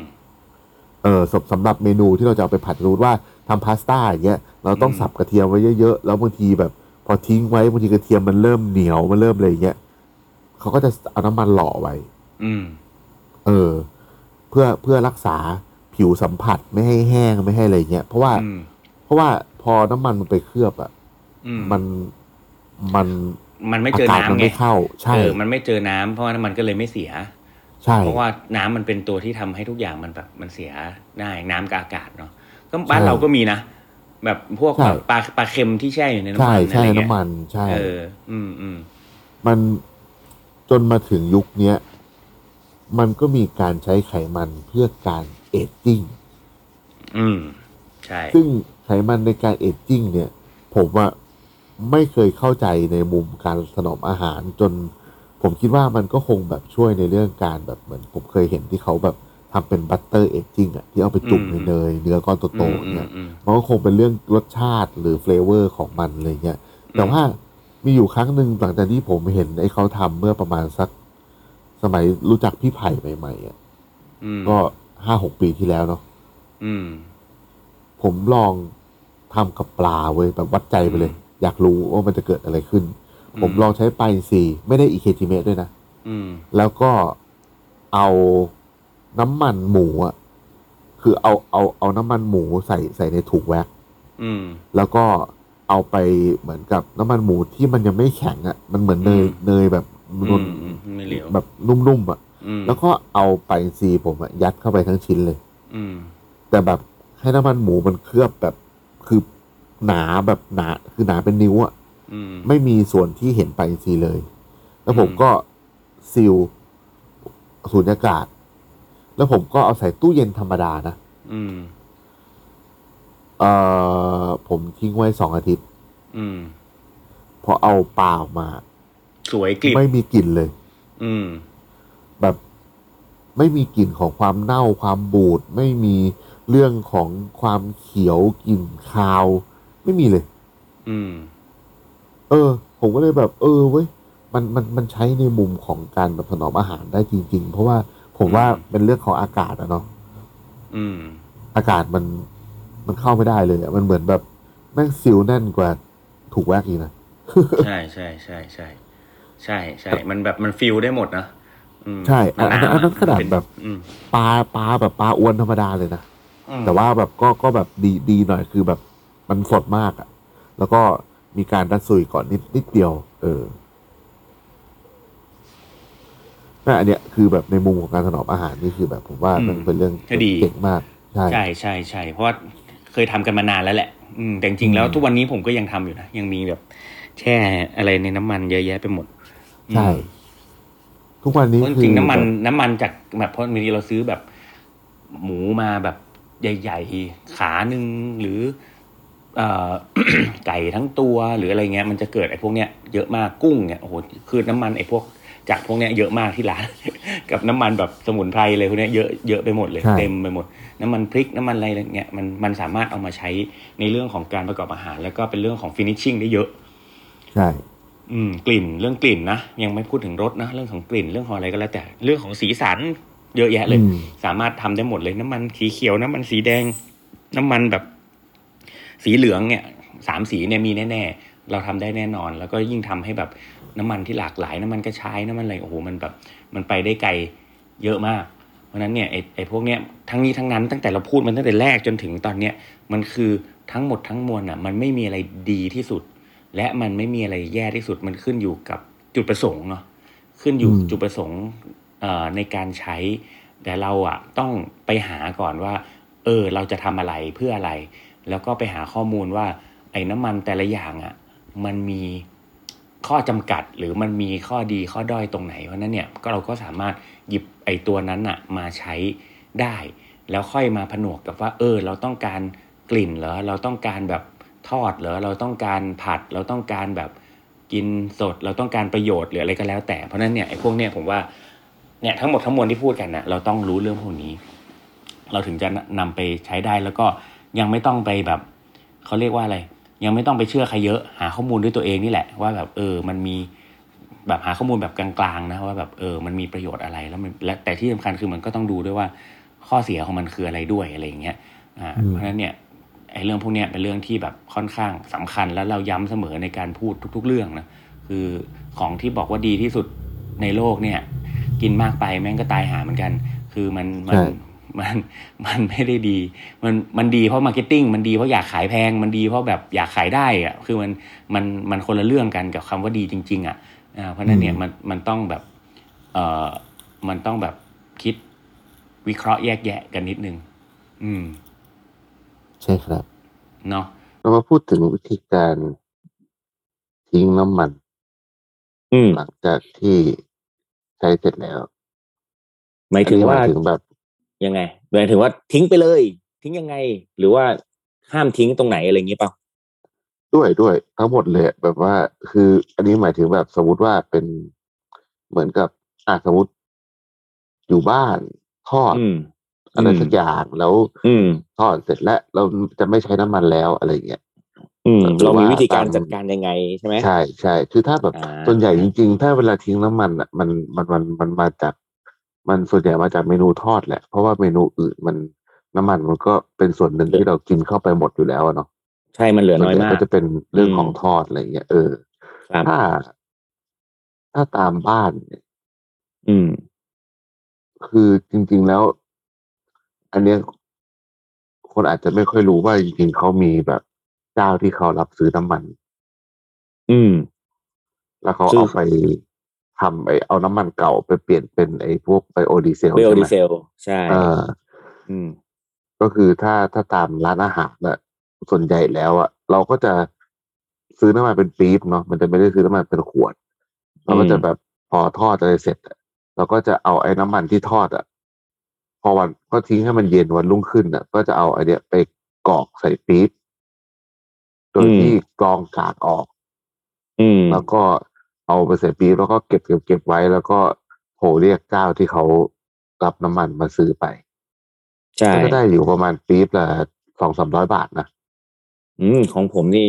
เออสำสำหรับเมนูที่เราจะเอาไปผัดรู้ว่าทำพาสต้าอย่างเงี้ยเราต้อง อืม สับกระเทียมไว้เยอะๆ แล้วบางทีแบบ พอทิ้งไว้บางทีกระเทียมมันเริ่มเหนียวมันเริ่มอะไรอย่างเงี้ยเขาก็จะเอาน้ำมันหล่อไว้ อืม เออเพื่อเพื่อรักษาผิวสัมผัสไม่ให้แห้งไม่ให้อะไรเงี้ยเพราะว่า อืม เพราะว่าพอน้ำมันมันไปเคลือบอะ่ะ อืม มันมัน มันไม่เจอกอาาศมั น้ำไง ไม่เข้า ใช่ เออ มันไม่เจอน้ำเพราะว่าน้ำมันก็เลยไม่เสีย ใช่ เพราะว่าน้ำมันเป็นตัวที่ทำให้ทุกอย่างมันแบบมันเสียได้น้ำกับอากาศเนาะ ก็บ้านเราก็มีนะ แบบพวก ใช่ แบบปลาปลาเค็มที่แช่อยู่ในน้ำ ใช่ มันอะ ใช่ ไรเงี้ย น้ำมันใช่ เออ อืมอืม มันจนมาถึงยุคเนี้ย มันก็มีการใช้ไขมันเพื่อการเอจจิ้ง อืมใช่ ซึ่งไขมันในการเอจจิ้งเนี่ย ผมว่าไม่เคยเข้าใจในมุมการถนอมอาหารจน ผมคิดว่ามันก็คงแบบช่วยในเรื่องการแบบเหมือน ผมเคยเห็นที่เขาแบบทำเป็นบัตเตอร์เอจจิ้งอ่ะที่เอาไปจุ่ม อื ใน ม เนยเนื้อก้อนโต อืม ๆ อื เนี่ ม ย อืม มันก็คงเป็นเรื่องรสชาติหรือเฟลเวอร์ของมันอะไรเงี้ย แต่ว่ามีอยู่ครั้งหนึ่งหลังจากที่ผมเห็นไอ้เขาทำเมื่อประมาณสัก สมัยรู้จักพี่ไผ่ใหม่ๆอ่ะ อืม ก็ห้าหกปีที่แล้วเนาะ อืม ผมลองทำกับปลาเว้ยแบบวัดใจไปเลย อยากรู้ว่ามันจะเกิดอะไรขึ้น อืม ผมลองใช้ปลาอินทรีย์ไม่ได้อีเคจิเมตด้วยนะ อืม แล้วก็เอาน้ำมันหมูอะคือเอาเอาเอาน้ำมันหมูใส่ใส่ในถุงแว็กซ์ อืม แล้วก็เอาไปเหมือนกับน้ำมันหมูที่มันยังไม่แข็งอะมันเหมือนเนย อืม เนยแบบ อืมอืมไม่เหลว แบบนุ่มๆอะ อืม แล้วก็เอาปลาอินทรีย์ผมอะยัดเข้าไปทั้งชิ้นเลย อืม แต่แบบให้น้ำมันหมูมันเคลือบแบบคือหนาแบบหนา คือหนาเป็นนิ้วอะ อืม ไม่มีส่วนที่เห็นไปลายอินทรีย์เลย แล้วผม อืม ก็ซีลสูญญากาศ แล้วผมก็เอาใส่ตู้เย็นธรรมดานะ อืม เออผมทิ้งไว้สองอาทิตย์ อืม พอเอาปลาออกมา สวยกลิบ ไม่มีกลิ่นเลย อืม แบบไม่มีกลิ่นของความเน่าความบูด ไม่มีเรื่องของความเขียวกลิ่นคาว ไม่มีเลย อืม เออ ผมก็เลยแบบ เออเว้ยมันมันมันใช้ในมุมของการแบบถนอมอาหารได้จริง ๆ เพราะว่าผมว่าเป็นเรื่องของอากาศอะเนาะ อืม อากาศมันมันเข้าไม่ได้เลยอะมันเหมือนแบบแม่งซิลแน่นกว่าถูกแวกอีกนะ ใช่ใช่ใช่ใช่ใช่ใช่มันแบบมันฟิลได้หมดนะอืม ใช่อันนั้น มั อันนั้นขนาด มัเป็ แบบ อืม ปลาปลาแบบปลาอวนธรรมดาเลยนะ อืม แต่ว่าแบบก็ก็แบบดีดีหน่อยคือแบบมันสดมากอะแล้วก็มีการดัดซุยก่อนนิดนิดเดียว เออนั่นอันเนี้ยคือแบบในมุมของการถนอมอาหารนี่คือแบบผมว่ามันเป็นเรื่องเจ๋งมากใช่ ใช่ใช่ใช่เพราะว่าเคยทำกันมานานแล้วแหละ อืมแต่จริงๆแล้วทุกวันนี้ผมก็ยังทำอยู่นะยังมีแบบ แช่อะไรในน้ำมันเยอะแยะไปหมดอืม ใช่ ทุกวันนี้ เพราะจ คือ ริงๆน้ำมัน แบบ น้ำมันจากแบบเพราะบางทีเราซื้อแบบหมูมาแบบใหญ่ๆ ขาหนึ่งหรือเอ่ อ ไก่ทั้งตัวหรืออะไรเงี้ย มันจะเกิดไอ้พวกเนี้ยเยอะมากกุ้งเนี่ยโอ้โหคือน้ำมันไอ้พวกจากพวกเนี้ยเยอะมากที่ร้าน กับน้ำมันแบบสมุนไพรเลยพวกเนี้ยเยอะเยอะไปหมดเลย ใช่ เต็มไปหมด น้ำมันพริกน้ำมันอะไรเงี้ยมันมันสามารถเอามาใช้ในเรื่องของการประกอบอาหาร แล้วก็เป็นเรื่องของฟินิชชิ่งได้เยอะ ใช่ อืมกลิ่นเรื่องกลิ่นนะยังไม่พูดถึงรสนะเรื่องของกลิ่นเรื่องของอะไรก็แล้วแต่เรื่องของสีสัน เยอะแยะเลย อืม สามารถทำได้หมดเลยน้ำมันสีเขียวน้ำมันสีแดง น้ำมันแบบ สีเหลืองเนี่ยสามสีเนี่ยมีแน่ๆ เราทำได้แน่นอน แล้วก็ยิ่งทำให้แบบน้ำมันที่หลากหลายน้ำมันกระชายน้ำมันอะไรโอ้โหมันแบบมันไปได้ไกลเยอะมาก เพราะฉะนั้นเนี่ยไอ้ไอ้พวกเนี้ยทั้งนี้ทั้งนั้นตั้งแต่เราพูดมันตั้งแต่แรกจนถึงตอนเนี้ยมันคือทั้งหมดทั้งมวลอ่ะ มันไม่มีอะไรดีที่สุด และมันไม่มีอะไรแย่ที่สุดมันขึ้นอยู่กับจุดประสงค์เนาะขึ้นอยู่ อืม จุดประสงค์เอ่อในการใช้ แต่เราอ่ะต้องไปหาก่อนว่า เออ เราจะทำอะไรเพื่ออะไร แล้วก็ไปหาข้อมูลว่า ไอ้น้ำมันแต่ละอย่างอ่ะ มันมีข้อจำกัดหรือมันมีข้อดีข้อด้อยตรงไหนเพราะฉะนั้นเนี่ยก็เราก็สามารถหยิบไอ้ตัวนั้นอ่ะมาใช้ได้ แล้วค่อยมาผนวกกับว่า เออ เราต้องการกลิ่นเหรอเราต้องการแบบทอดเหรอเราต้องการผัด เราต้องการแบบกินสด เราต้องการประโยชน์หรืออะไรก็แล้ว แต่เพราะฉะนั้นเนี่ยไอ้พวกเนี่ยผมว่าเนี่ยทั้งหมดทั้งมวลที่พูดกันน่ะ เราต้องรู้เรื่องพวกนี้ เราถึงจะนำไปใช้ได้แล้วก็ยังไม่ต้องไปแบบเขาเรียกว่าอะไร ยังไม่ต้องไปเชื่อใครเยอะหาข้อมูลด้วยตัวเองนี่แหละ ว่าแบบเออมันมีแบบหาข้อมูลแบบกลางๆนะว่าแบบเออมันมีประโยชน์อะไรแล้วมันและแต่ที่สำคัญคือมันก็ต้องดูด้วยว่าข้อเสียของมันคืออะไรด้วยอะไรอย่างเงี้ยอ่า อืม เพราะฉะนั้นเนี่ยไอ้เรื่องพวกเนี้ยเป็นเรื่องที่แบบค่อนข้างสำคัญแล้วเราย้ำเสมอในการพูดทุก ๆ เรื่องนะคือของที่บอกว่าดีที่สุดในโลกเนี่ย กินมากไปแม่งก็ตายหาเหมือนกัน คือมันมั ใช่ น มันมันไม่ได้ดี มันมันดีเพราะมาร์เก็ตติ้งมันดีเพราะอยากขายแพง มันดีเพราะแบบอยากขายได้อะคือมันมันมันคนละเรื่องกันกับคำว่าดีจริง ๆ อ่ะอ่าเพราะฉะนั้นเนี่ย อืม มันมันต้องแบบเอ่อมันต้องแบบคิดวิเคราะห์แยกแยะกันนิดนึง อืม ใช่ครับ เนาะ เรามาพูดถึงวิธีการทิ้งน้ำมัน อืม หลังจากที่ใช้เสร็จแล้ว หมายถึงว่า อันนี้หมยถึงแบบ ยังไงหมายถึงว่าทิ้งไปเลย ทิ้งยังไง หรือว่าห้ามทิ้งตรงไหนอะไรอย่างงี้เปล่า ด้วยด้วยทั้งหมดเลยแบบว่า คืออันนี้หมายถึงแบบสมมติว่าเป็นเหมือนกับอ่ะสมมติอยู่บ้านทอด อืม อะไร อืม สักอย่างแล้ว อืม ทอดเสร็จแล้ว เราจะไม่ใช้น้ำมันแล้วอะไรอย่างเงี้ย อืม หรือ เรา ว่า มีวิธีการ ตาม จัดการยังไงใช่ไหม ใช่ใช่คือถ้าแบบ อ่า ส่วนใหญ่จริง ๆ ถ้าเวลาทิ้งน้ำมันอ่ะมันมันมันมันมาจาก มันส่วนใหญ่มาจากเมนูทอดแหละ เพราะว่าเมนูอื่นมันน้ำมันมันก็เป็นส่วนหนึ่งที่เรากินเข้าไปหมดอยู่แล้วอะเนาะ ใช่มันเหลือน้อส่ยวนให มา ญ่ ก ก็จะเป็นเรื่องของ อืม ทอดอะไรเงี้ยเออ ครับ ถ้า ถ้าตามบ้านเนี่ย อืม คือจริง ๆแล้ว อันเนี้ยคนอาจจะไม่ค่อยรู้ว่าจริงๆเขามีแบบเจ้าที่เขารับซื้อน้ำมัน อืม แล้วเขา ซื้อ เอาไปทำไอเอาน้ำมันเก่าไปเปลี่ยนเป็นไอพวกไบโอดีเซล เบล ใช่ไห ดี ม เซล ใช่ เออ อืม ก็คือถ้าถ้าตามร้านอาหารน่ะส่วนใหญ่แล้วอะเราก็จะซื้อน้ำมันเป็นปี๊บเนาะมันจะไม่ได้ซื้อน้ำมันเป็นขวด เราก็จะแบบพอทอดอะไรเสร็จอะเราก็จะเอาไอ้น้ำมันที่ทอดอะพอวันก็ทิ้งให้มันเย็นวันรุ่งขึ้นอะก็จะเอาไอเนี้ยไปกรอกใส่ปี๊บโดย อืม ที่กรองกากออก อืม แล้วก็เอาไปใส่ปี๊บแล้วก็เก็บเก็บเก็บไว้ แล้วก็โทรเรียกเจ้าที่เขารับน้ำมันมาซื้อไป ใช่ ก็ได้อยู่ประมาณปี๊บละสองสามร้อยบาทนะ อืมของผมนี่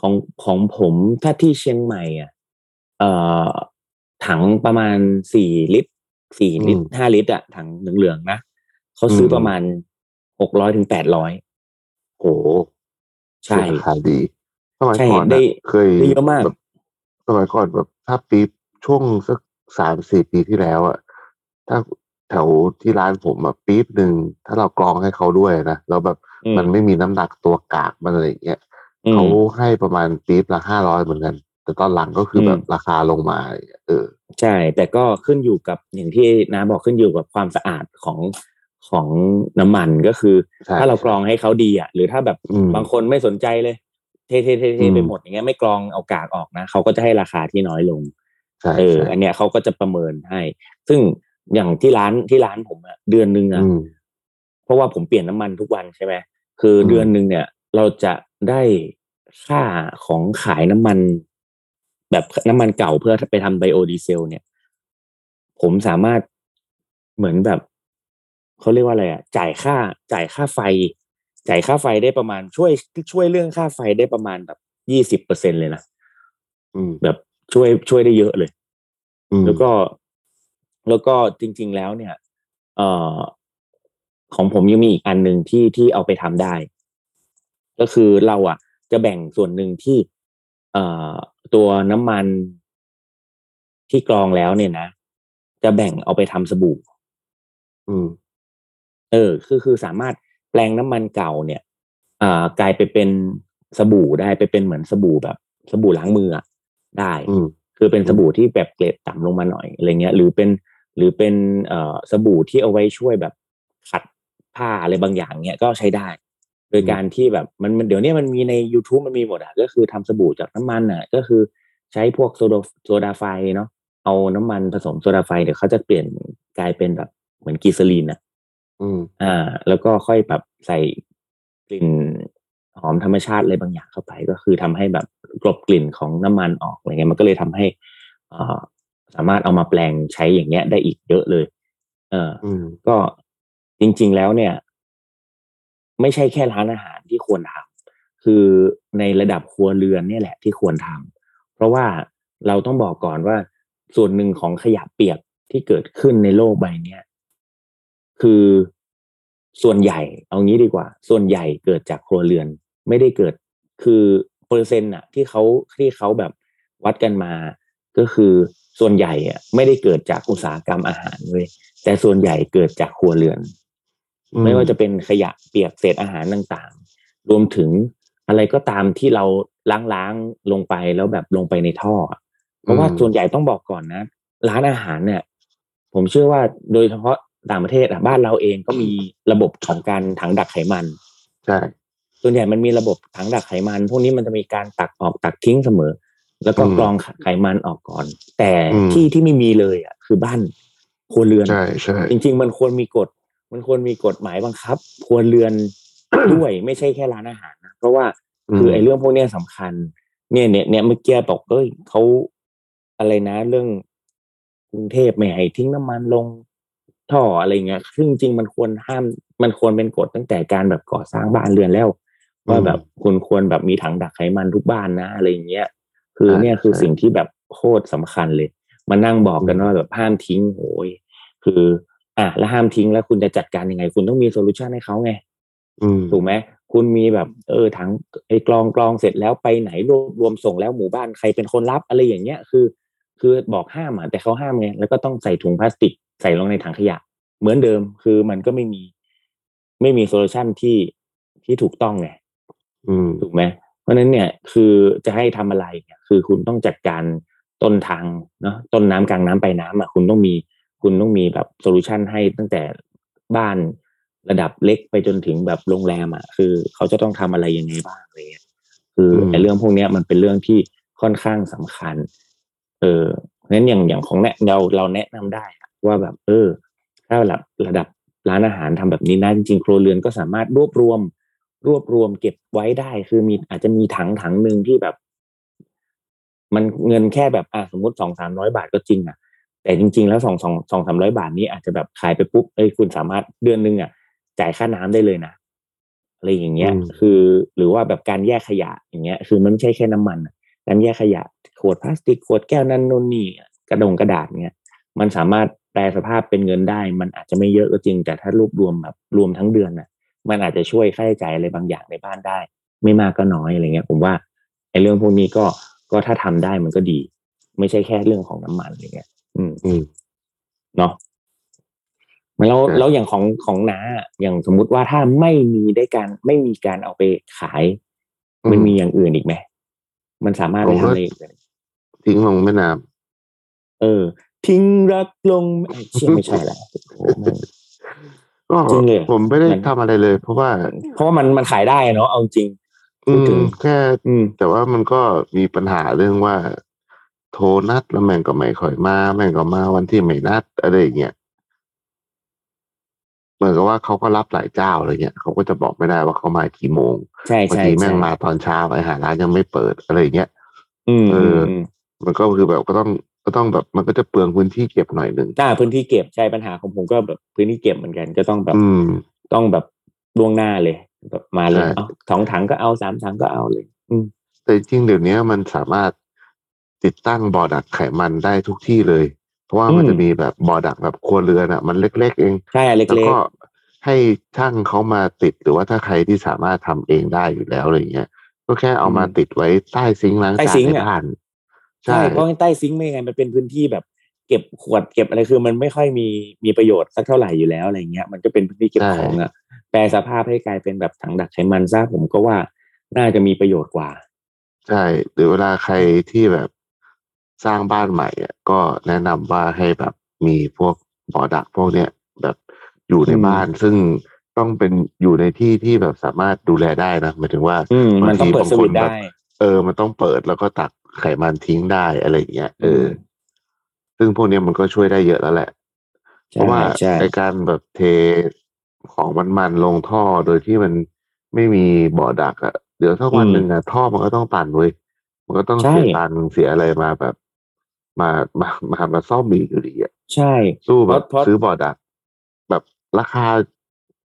ของของผมถ้าที่เชียงใหม่อ่ะเอ่อถังประมาณสี่ลิตรสี่ลิตร อืม ห้าลิตรอ่ะถังเหลืองๆนะเขาซื้ออ ม ประมาณหกร้อยถึงแปดร้อย โอ้ ใช่ ราคาดีสมัย ใช่ ก่อน ได้ น่ะเคย ได้เยอะมาก แบบสมัยก่อนแบบถ้าปี๊บช่วงสักสามสี่ปีที่แล้วอะถ้าแถวที่ร้านผมอะปี๊บหนึ่งถ้าเรากรองให้เขาด้วยนะแล้วแบบ อื มันไม่มีน้ำหนักตัวกากมันอะไรอย่างเงี้ย อืม เขาให้ประมาณปี๊บละห้าร้อยเหมือนกัน แต่ตอนหลังก็คืออ ม แบบราคาลงมาอะไรอย่างเงี้ยเออ ใช่ แต่ก็ขึ้นอยู่กับอย่างที่น้าบอกขึ้นอยู่กับความสะอาดของของน้ำมันก็คือ ใช่ ถ้าเรากรองให้เขาดีอ่ะ หรือถ้าแบบ อืม บางคนไม่สนใจเลย เทเทเทเท อืม ไปหมดอย่างเงี้ยไม่กรองเอากากออกนะเขาก็จะให้ราคาที่น้อยลง ใช่ เออ ใช่ อันเนี้ยเขาก็จะประเมินให้ ซึ่งอย่างที่ร้านที่ร้านผมอะเดือนหนึ่งอะ อืม เพราะว่าผมเปลี่ยนน้ำมันทุกวันใช่ไหมคืออ ม เดือนหนึ่งเนี่ย เราจะได้ค่าของขายน้ำมัน แบบน้ำมันเก่าเพื่อไปทำไบโอดีเซล เนี่ย ผมสามารถเหมือนแบบเขาเรียกว่าอะไรอะจ่ายค่า จ่ายค่าไฟ จ่ายค่าไฟได้ประมาณช่วยช่วยเรื่องค่าไฟได้ประมาณแบบยี่สิบเปอร์เซ็นเลยนะ อืม แบบช่วยช่วยได้เยอะเลย อืม แล้วก็แล้วก็จริง ๆ แล้วเนี่ย เอ่อของผมยังมีอีกอันหนึ่งที่ที่เอาไปทำได้ ก็คือเราอ่ะ จะแบ่งส่วนหนึ่งที่ เอ่อตัวน้ำมันที่กรองแล้วเนี่ยนะจะแบ่งเอาไปทำสบู่ อืม เออ คือคือสามารถแปลงน้ำมันเก่าเนี่ย อ่ากลายไปเป็นสบู่ได้ไปเป็นเหมือนสบู่แบบ สบู่ล้างมืออะได้ อืม คือเป็นสบู่ที่แบบเกรดต่ำลงมาหน่อยอะไรเงี้ย หรือเป็นหรือเป็นเอ่อสบู่ที่เอาไว้ช่วยแบบขัดผ้าอะไรบางอย่างเนี้ยก็ใช้ได้ โดยการที่แบบมันมันเดี๋ยวเนี้ยมันมีใน youtube มันมีหมดอ่ะก็คือทำสบู่จากน้ำมันอ่ะ ก็คือใช้พวกโซดาโซดาไฟเนาะเอาน้ำมันผสมโซดาไฟเดี๋ยวเขาจะเปลี่ยนกลายเป็นแบบเหมือนกลีเซอรีนอ่ะ อืม อ่า แล้วก็ค่อยแบบใส่กลิ่นหอมธรรมชาติอะไรบางอย่างเข้าไป ก็คือทำให้แบบกลบกลิ่นของน้ำมันออกอะไรเงี้ยมันก็เลยทำให้อ่าสามารถเอามาแปลงใช้อย่างเงี้ยได้อีกเยอะเลย เออ อืม ก็จริง ๆ แล้วเนี่ย ไม่ใช่แค่ร้านอาหารที่ควรทำคือในระดับครัวเรือนเนี่ยแหละที่ควรทำเพราะว่าเราต้องบอกก่อนว่า ส่วนหนึ่งของขยะเปียกที่เกิดขึ้นในโลกใบเนี้ยคือส่วนใหญ่ เอางี้ดีกว่า ส่วนใหญ่เกิดจากครัวเรือน ไม่ได้เกิด คือเปอร์เซ็นต์อะที่เขาที่เขาแบบวัดกันมา ก็คือส่วนใหญ่อะไม่ได้เกิดจากอุตสาหกรรมอาหารเลย แต่ส่วนใหญ่เกิดจากครัวเรือน อืม ไม่ว่าจะเป็นขยะเปียกเศษอาหารต่างๆ รวมถึงอะไรก็ตามที่เราล้างๆลงไปแล้วแบบลงไปในท่ออะเพราะว่าส่วนใหญ่ต้องบอกก่อนนะ ร้านอาหารเนี่ย ผมเชื่อว่าโดยเฉพาะต่างประเทศอะบ้านเราเองก็มีระบบของการถังดักไขมัน ใช่ ส่วนใหญ่มันมีระบบถังดักไขมัน พวกนี้มันจะมีการตักออกตักทิ้งเสมอ แล้วก็ อืม กรองไขมันออกก่อน แต่ อืม ที่ที่ไม่มีเลยอ่ะคือบ้านครัวเรือน ใช่ใช่ จริงๆ มันควรมีกฎ มันควรมีกฎหมายบังคับครัวเรือน ด้วยไม่ใช่แค่ร้านอาหารนะ เพราะว่าคือไอ้เรื่องพวกเนี้ยสำคัญ เนี่ยเนี่ยเนี่ยเมื่อกี้บอกเอ้ยเขาอะไรนะเรื่องกรุงเทพไม่ให้ทิ้งน้ำมันลงท่ออะไรเงี้ยซึ่งจริงๆมันควรห้าม มันควรเป็นกฎตั้งแต่การแบบก่อสร้างบ้านเรือนแล้ว ว่าแบบคุณควรแบบมีถังดักไขมันทุกบ้านนะอะไรอย่างเงี้ย คือเนี่ยคือสิ่งที่แบบโคตรสำคัญเลย มานั่งบอกกันว่าแบบห้ามทิ้งโอ้ยคือ อ่ะแล้วห้ามทิ้งแล้วคุณจะจัดการยังไง คุณต้องมีโซลูชันให้เขาไง อืม ถูกไหมคุณมีแบบ เออถังไอ้กรองกรองเสร็จแล้วไปไหนรวบรวมส่งแล้วหมู่บ้านใครเป็นคนรับอะไรอย่างเงี้ยคือ คือบอกห้ามอ่ะแต่เขาห้ามไงแล้วก็ต้องใส่ถุงพลาสติกใส่ลงในถังขยะ เหมือนเดิมคือมันก็ไม่มี ไม่มีโซลูชันที่ที่ถูกต้องไง อืม ถูกไหมเพราะฉะนั้นเนี่ยคือจะให้ทำอะไรเนี่ยคือคุณต้องจัดการต้นทางเนาะต้นน้ำกลางน้ำปลายน้ำอ่ะคุณต้องมีคุณต้องมีแบบโซลูชันให้ตั้งแต่บ้านระดับเล็กไปจนถึงแบบโรงแรมอ่ะคือเขาจะต้องทำอะไรยังไงบ้างอะไรเงี้ยคืออ ม ไอ้เรื่องพวกเนี้ยมันเป็นเรื่องที่ค่อนข้างสำคัญ เอองั้นอย่างอย่างของแนะเราเราแนะนำได้อะว่าแบบ เออ ถ้าระดับระดับร้านอาหารทำแบบนี้นะจริงๆครัวเรือนก็สามารถรวบรวม รวบรวมเก็บไว้ได้ คือมีอาจจะมีถังถังหนึ่งที่แบบ มันเงินแค่แบบอ่ะสมมติสองสามร้อยบาทก็จริงอ่ะ แต่จริง ๆ แล้วสองสองสองสามร้อยบาทนี้อาจจะแบบขายไปปุ๊บเอ้ยคุณสามารถเดือนหนึงอ่ะ จ่ายค่าน้ำได้เลยนะอะไรอย่างเงี้ย อืม คือหรือว่าแบบการแยกขยะอย่างเงี้ย คือมันไม่ใช่แค่น้ำมันอะการแยกขยะ ขวดพลาสติกขวดแก้วนั่นนู่นนี่กระดงกระดาษเงี้ย มันสามารถแปลสภาพเป็นเงินได้ มันอาจจะไม่เยอะก็จริง แต่ถ้ารวบรวมแบบรวมทั้งเดือนน่ะ มันอาจจะช่วยค่าใช้จ่ายอะไรบางอย่างในบ้านได้ ไม่มากก็น้อยอะไรเงี้ย ผมว่าไอ้เรื่องพวกนี้ก็ก็ถ้าทำได้มันก็ดี ไม่ใช่แค่เรื่องของน้ำมันอะไรเงี้ย อืม อืม เนาะแล้ว ครับ แล้วอย่างของของน้าอย่างสมมุติว่าถ้าไม่มีได้การไม่มีการเอาไปขาย มันมีอย่างอื่นอีกไหมมันสามารถไปทำอะไรอีกไหม ทิ้งลงแม่น้ เออ ทิ้งรักลงเอ้ยเชี่ยไม่ใช่ละโอ้ำก็แม่งจริงเลยเหรอ ผมไม่ได้ มัน ทำอะไรเลย เพราะว่า เพราะว่ามันมันขายได้เนาะเอาจริง พู อื ดถึง มแค่ อืม แต่ว่ามันก็มีปัญหาเรื่องว่า โทรนัดแล้วแม่งก็ไม่ค่อยมาแม่งก็มาวันที่ไม่นัดอะไรอย่างเงี้ยเหมือนกับว่าเขาก็รับหลายเจ้าอะไรเงี้ยเขาก็จะบอกไม่ได้ว่าเขามากี่โมง ใช่ บาง ใช่ ทีแม่ ใช่ งมาตอนเช้าไอ้หาร้านยังไม่เปิดอะไรอย่างเงี้ย อืม เอ อื อ ม อื ม มันก็คือแบบก็ต้องก็ต้องแบบ มันก็จะเปลืองพื้นที่เก็บหน่อยหนึ่ง หน้าพื้นที่เก็บใช่ปัญหาของผมก็แบบพื้นที่เก็บเหมือนกันก็ต้องแบบ อืม ต้องแบบล่วงหน้าเลยแบบมาเลย ใช่ เอาสองถังก็เอาสามถังก็เอาเลย อืม แต่จริงๆเดี๋ยวนี้มันสามารถติดตั้งบ่อดักไขมันได้ทุกที่เลย เพราะว่ามันจะมีแบบบ่อดักแบบครัวเรือนอ่ะ มันเล็ก ๆ เอง ใช่อัน แล้ว เล็ก ก็ให้ช่างเขามาติดหรือว่าถ้าใครที่สามารถทำเองได้อยู่แล้วอะไรอย่างเงี้ยก็แค่เอามาติดไว้ใต้ซิงค์ล้างจานในบ้าน ๆ ใช่ เพราะใต้ซิงค์ไม่ไงมันเป็นพื้นที่แบบเก็บขวดเก็บอะไรคือ มันไม่ค่อยมีมีประโยชน์สักเท่าไหร่อยู่แล้วอะไรเงี้ยมันก็เป็นพื้นที่เก็บของอะแปลสภาพให้กลายเป็นแบบถังดักไขมันซะผมก็ว่าน่าจะมีประโยชน์กว่า ใช่หรือเวลาใครที่แบบสร้างบ้านใหม่อะก็แนะนำว่าให้แบบมีพวกบ่อดักพวกเนี้ยแบบอยู่ใน อืม บ้าน ซึ่งต้องเป็นอยู่ในที่ที่แบบสามารถดูแลได้นะหมายถึงว่า อืม บาง มันต้อง ที เปิด บาง ส ค วิ น ตช์ แบ ได้ บ เออ มันต้องเปิดแล้วก็ตักไขมันทิ้งได้อะไรอย่างเงี้ยเอออ ม ซึ่งพวกเนี้ยมันก็ช่วยได้เยอะแล้วแหละ เพ ใช่ ราะว่า ใช่ ไอการแบบเทของมันๆลงท่อโดยที่มันไม่มีบ่อดักอะเดี๋ยวถ้าวันหนึ่งอะท่อมันก็ต้องตันเว้ยมันก็ต้องเสียตังค์เสียอะไรมาแบบ มา มามามาซ่อมอีกอยู่ดีอะ ใช่ สู้แบบ เพราะเพราะ ซื้อบ่อดัก แบบราคา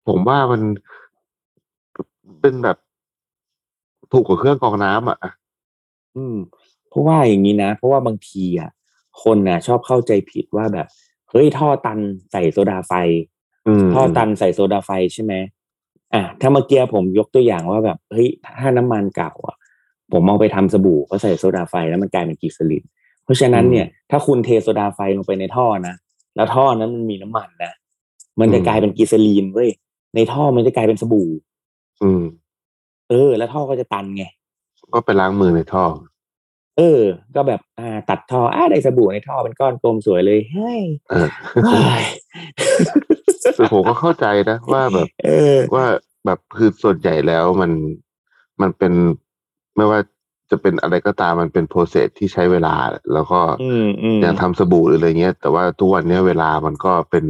ผมว่ามันเป็นแบบถูกกว่าเครื่องกรองน้ำอะ อืมเพราะว่าอย่างนี้นะ เพราะว่าบางทีอ่ะคนน่ะ ชอบเข้าใจผิดว่าแบบเฮ้ยท่อตันใส่โซดาไฟ ม ท่อตันใส่โซดาไฟใช่ไหมอ่ะถ้าเมื่อกี้ผมยกตัวอย่างว่าแบบเฮ้ยถ้าน้ำมันเก่าอ่ะ ผมเอาไปทำสบู่ก็ใส่โซดาไฟแล้วมันกลายเป็นกิสลินเพราะฉะนั้นเนี่ย ถ้าคุณเทโซดาไฟลงไปในท่อนะแล้วท่อนั้นมันมีน้ำมันนะมันจะกลายเป็นกิสลีนเว้ยในท่อมันจะกลายเป็นสบู่ อืม เออ แล้วท่อก็จะตันไง ก็ไปล้างมือในท่อ เออ ก็แบบอ่าตัดท่ออ่าได้สบู่ในท่อเป็นก้อนกลมสวยเลยเฮ้ย เออ เฮ้ย คือผมก็เข้าใจนะว่าแบบ เออ ว่า แบบคือส่วนใหญ่แล้วมันมันเป็นไม่ว่าจะเป็นอะไรก็ตามมันเป็นโปรเซสที่ใช้เวลา แล้วก็ อืมอืม อย่างทำสบู่หรืออะไรเงี้ย แต่ว่าทุกวันเนี้ยเวลามันก็เป็น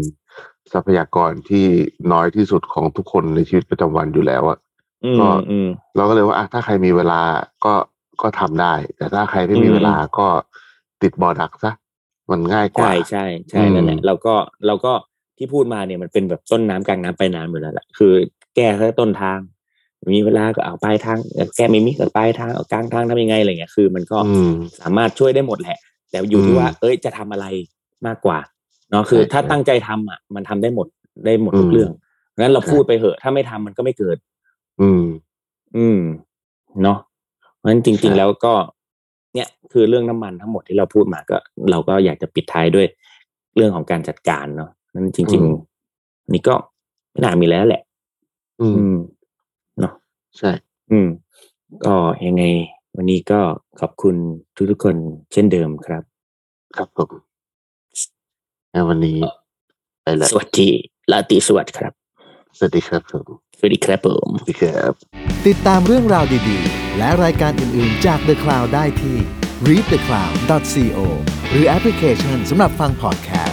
ทรัพยากรที่น้อยที่สุดของทุกคนในชีวิตประจำวันอยู่แล้วอะ อืม ก็ อืม เราก็เลยว่าอ่ะถ้าใครมีเวลาก็ก็ทำได้ แต่ถ้าใครไม่มี อืม เวลาก็ติดบอดักซะมันง่ายกว่า ใช่ใช่ใช่ อืม นั่นแหละเราก็เราก็ที่พูดมาเนี่ยมันเป็นแบบต้นน้ำกลางน้ำปลายน้ำอยู่แล้วแหละคือ แก้แค่ต้นทาง มีเวลาก็เอาปลายทางเอ่อแก้ไม่มีก็ปลายทางเอากลางทางทำยังไงอะไรเงี้ยคือมันก็ อืม สามารถช่วยได้หมดแหละ แต่อยู่ที่ อืม ว่า เอ้ยจะทำอะไรมากกว่าเนาะคือ ใช่ ถ้า ใช่ ตั้งใจทำอ่ะมันทำได้หมดได้หมดทุ อื ก ม เรื่องงั้นเรา ใช่ พูดไปเหอะถ้าไม่ทำมันก็ไม่เกิด อืม อืมเนาะเพราะฉะนั้นจริง ใช่ ๆ แล้วก็ เนี่ยคือเรื่องน้ำมันทั้งหมดที่เราพูดมาก็ เราก็อยากจะปิดท้ายด้วยเรื่องของการจัดการเนาะนั้นจริง ๆ นี่ก็ไม่น่ามีแล้วแหละ อืม อืม ใช่ อืม ก็ยังไง วันนี้ก็ขอบคุณทุกๆคนเช่นเดิมครับ ครับผมงั้นวันนี้ไปแล้ว สวัสดีลาตรีสวัสดีครับ สวัสดีครับผม สวัสดีครับผม สวัสดีครับ ติดตามเรื่องราวดีๆ และรายการอื่นๆจาก The Cloud ได้ที่ readthecloud.co หรือแอปพลิเคชันสำหรับฟัง podcast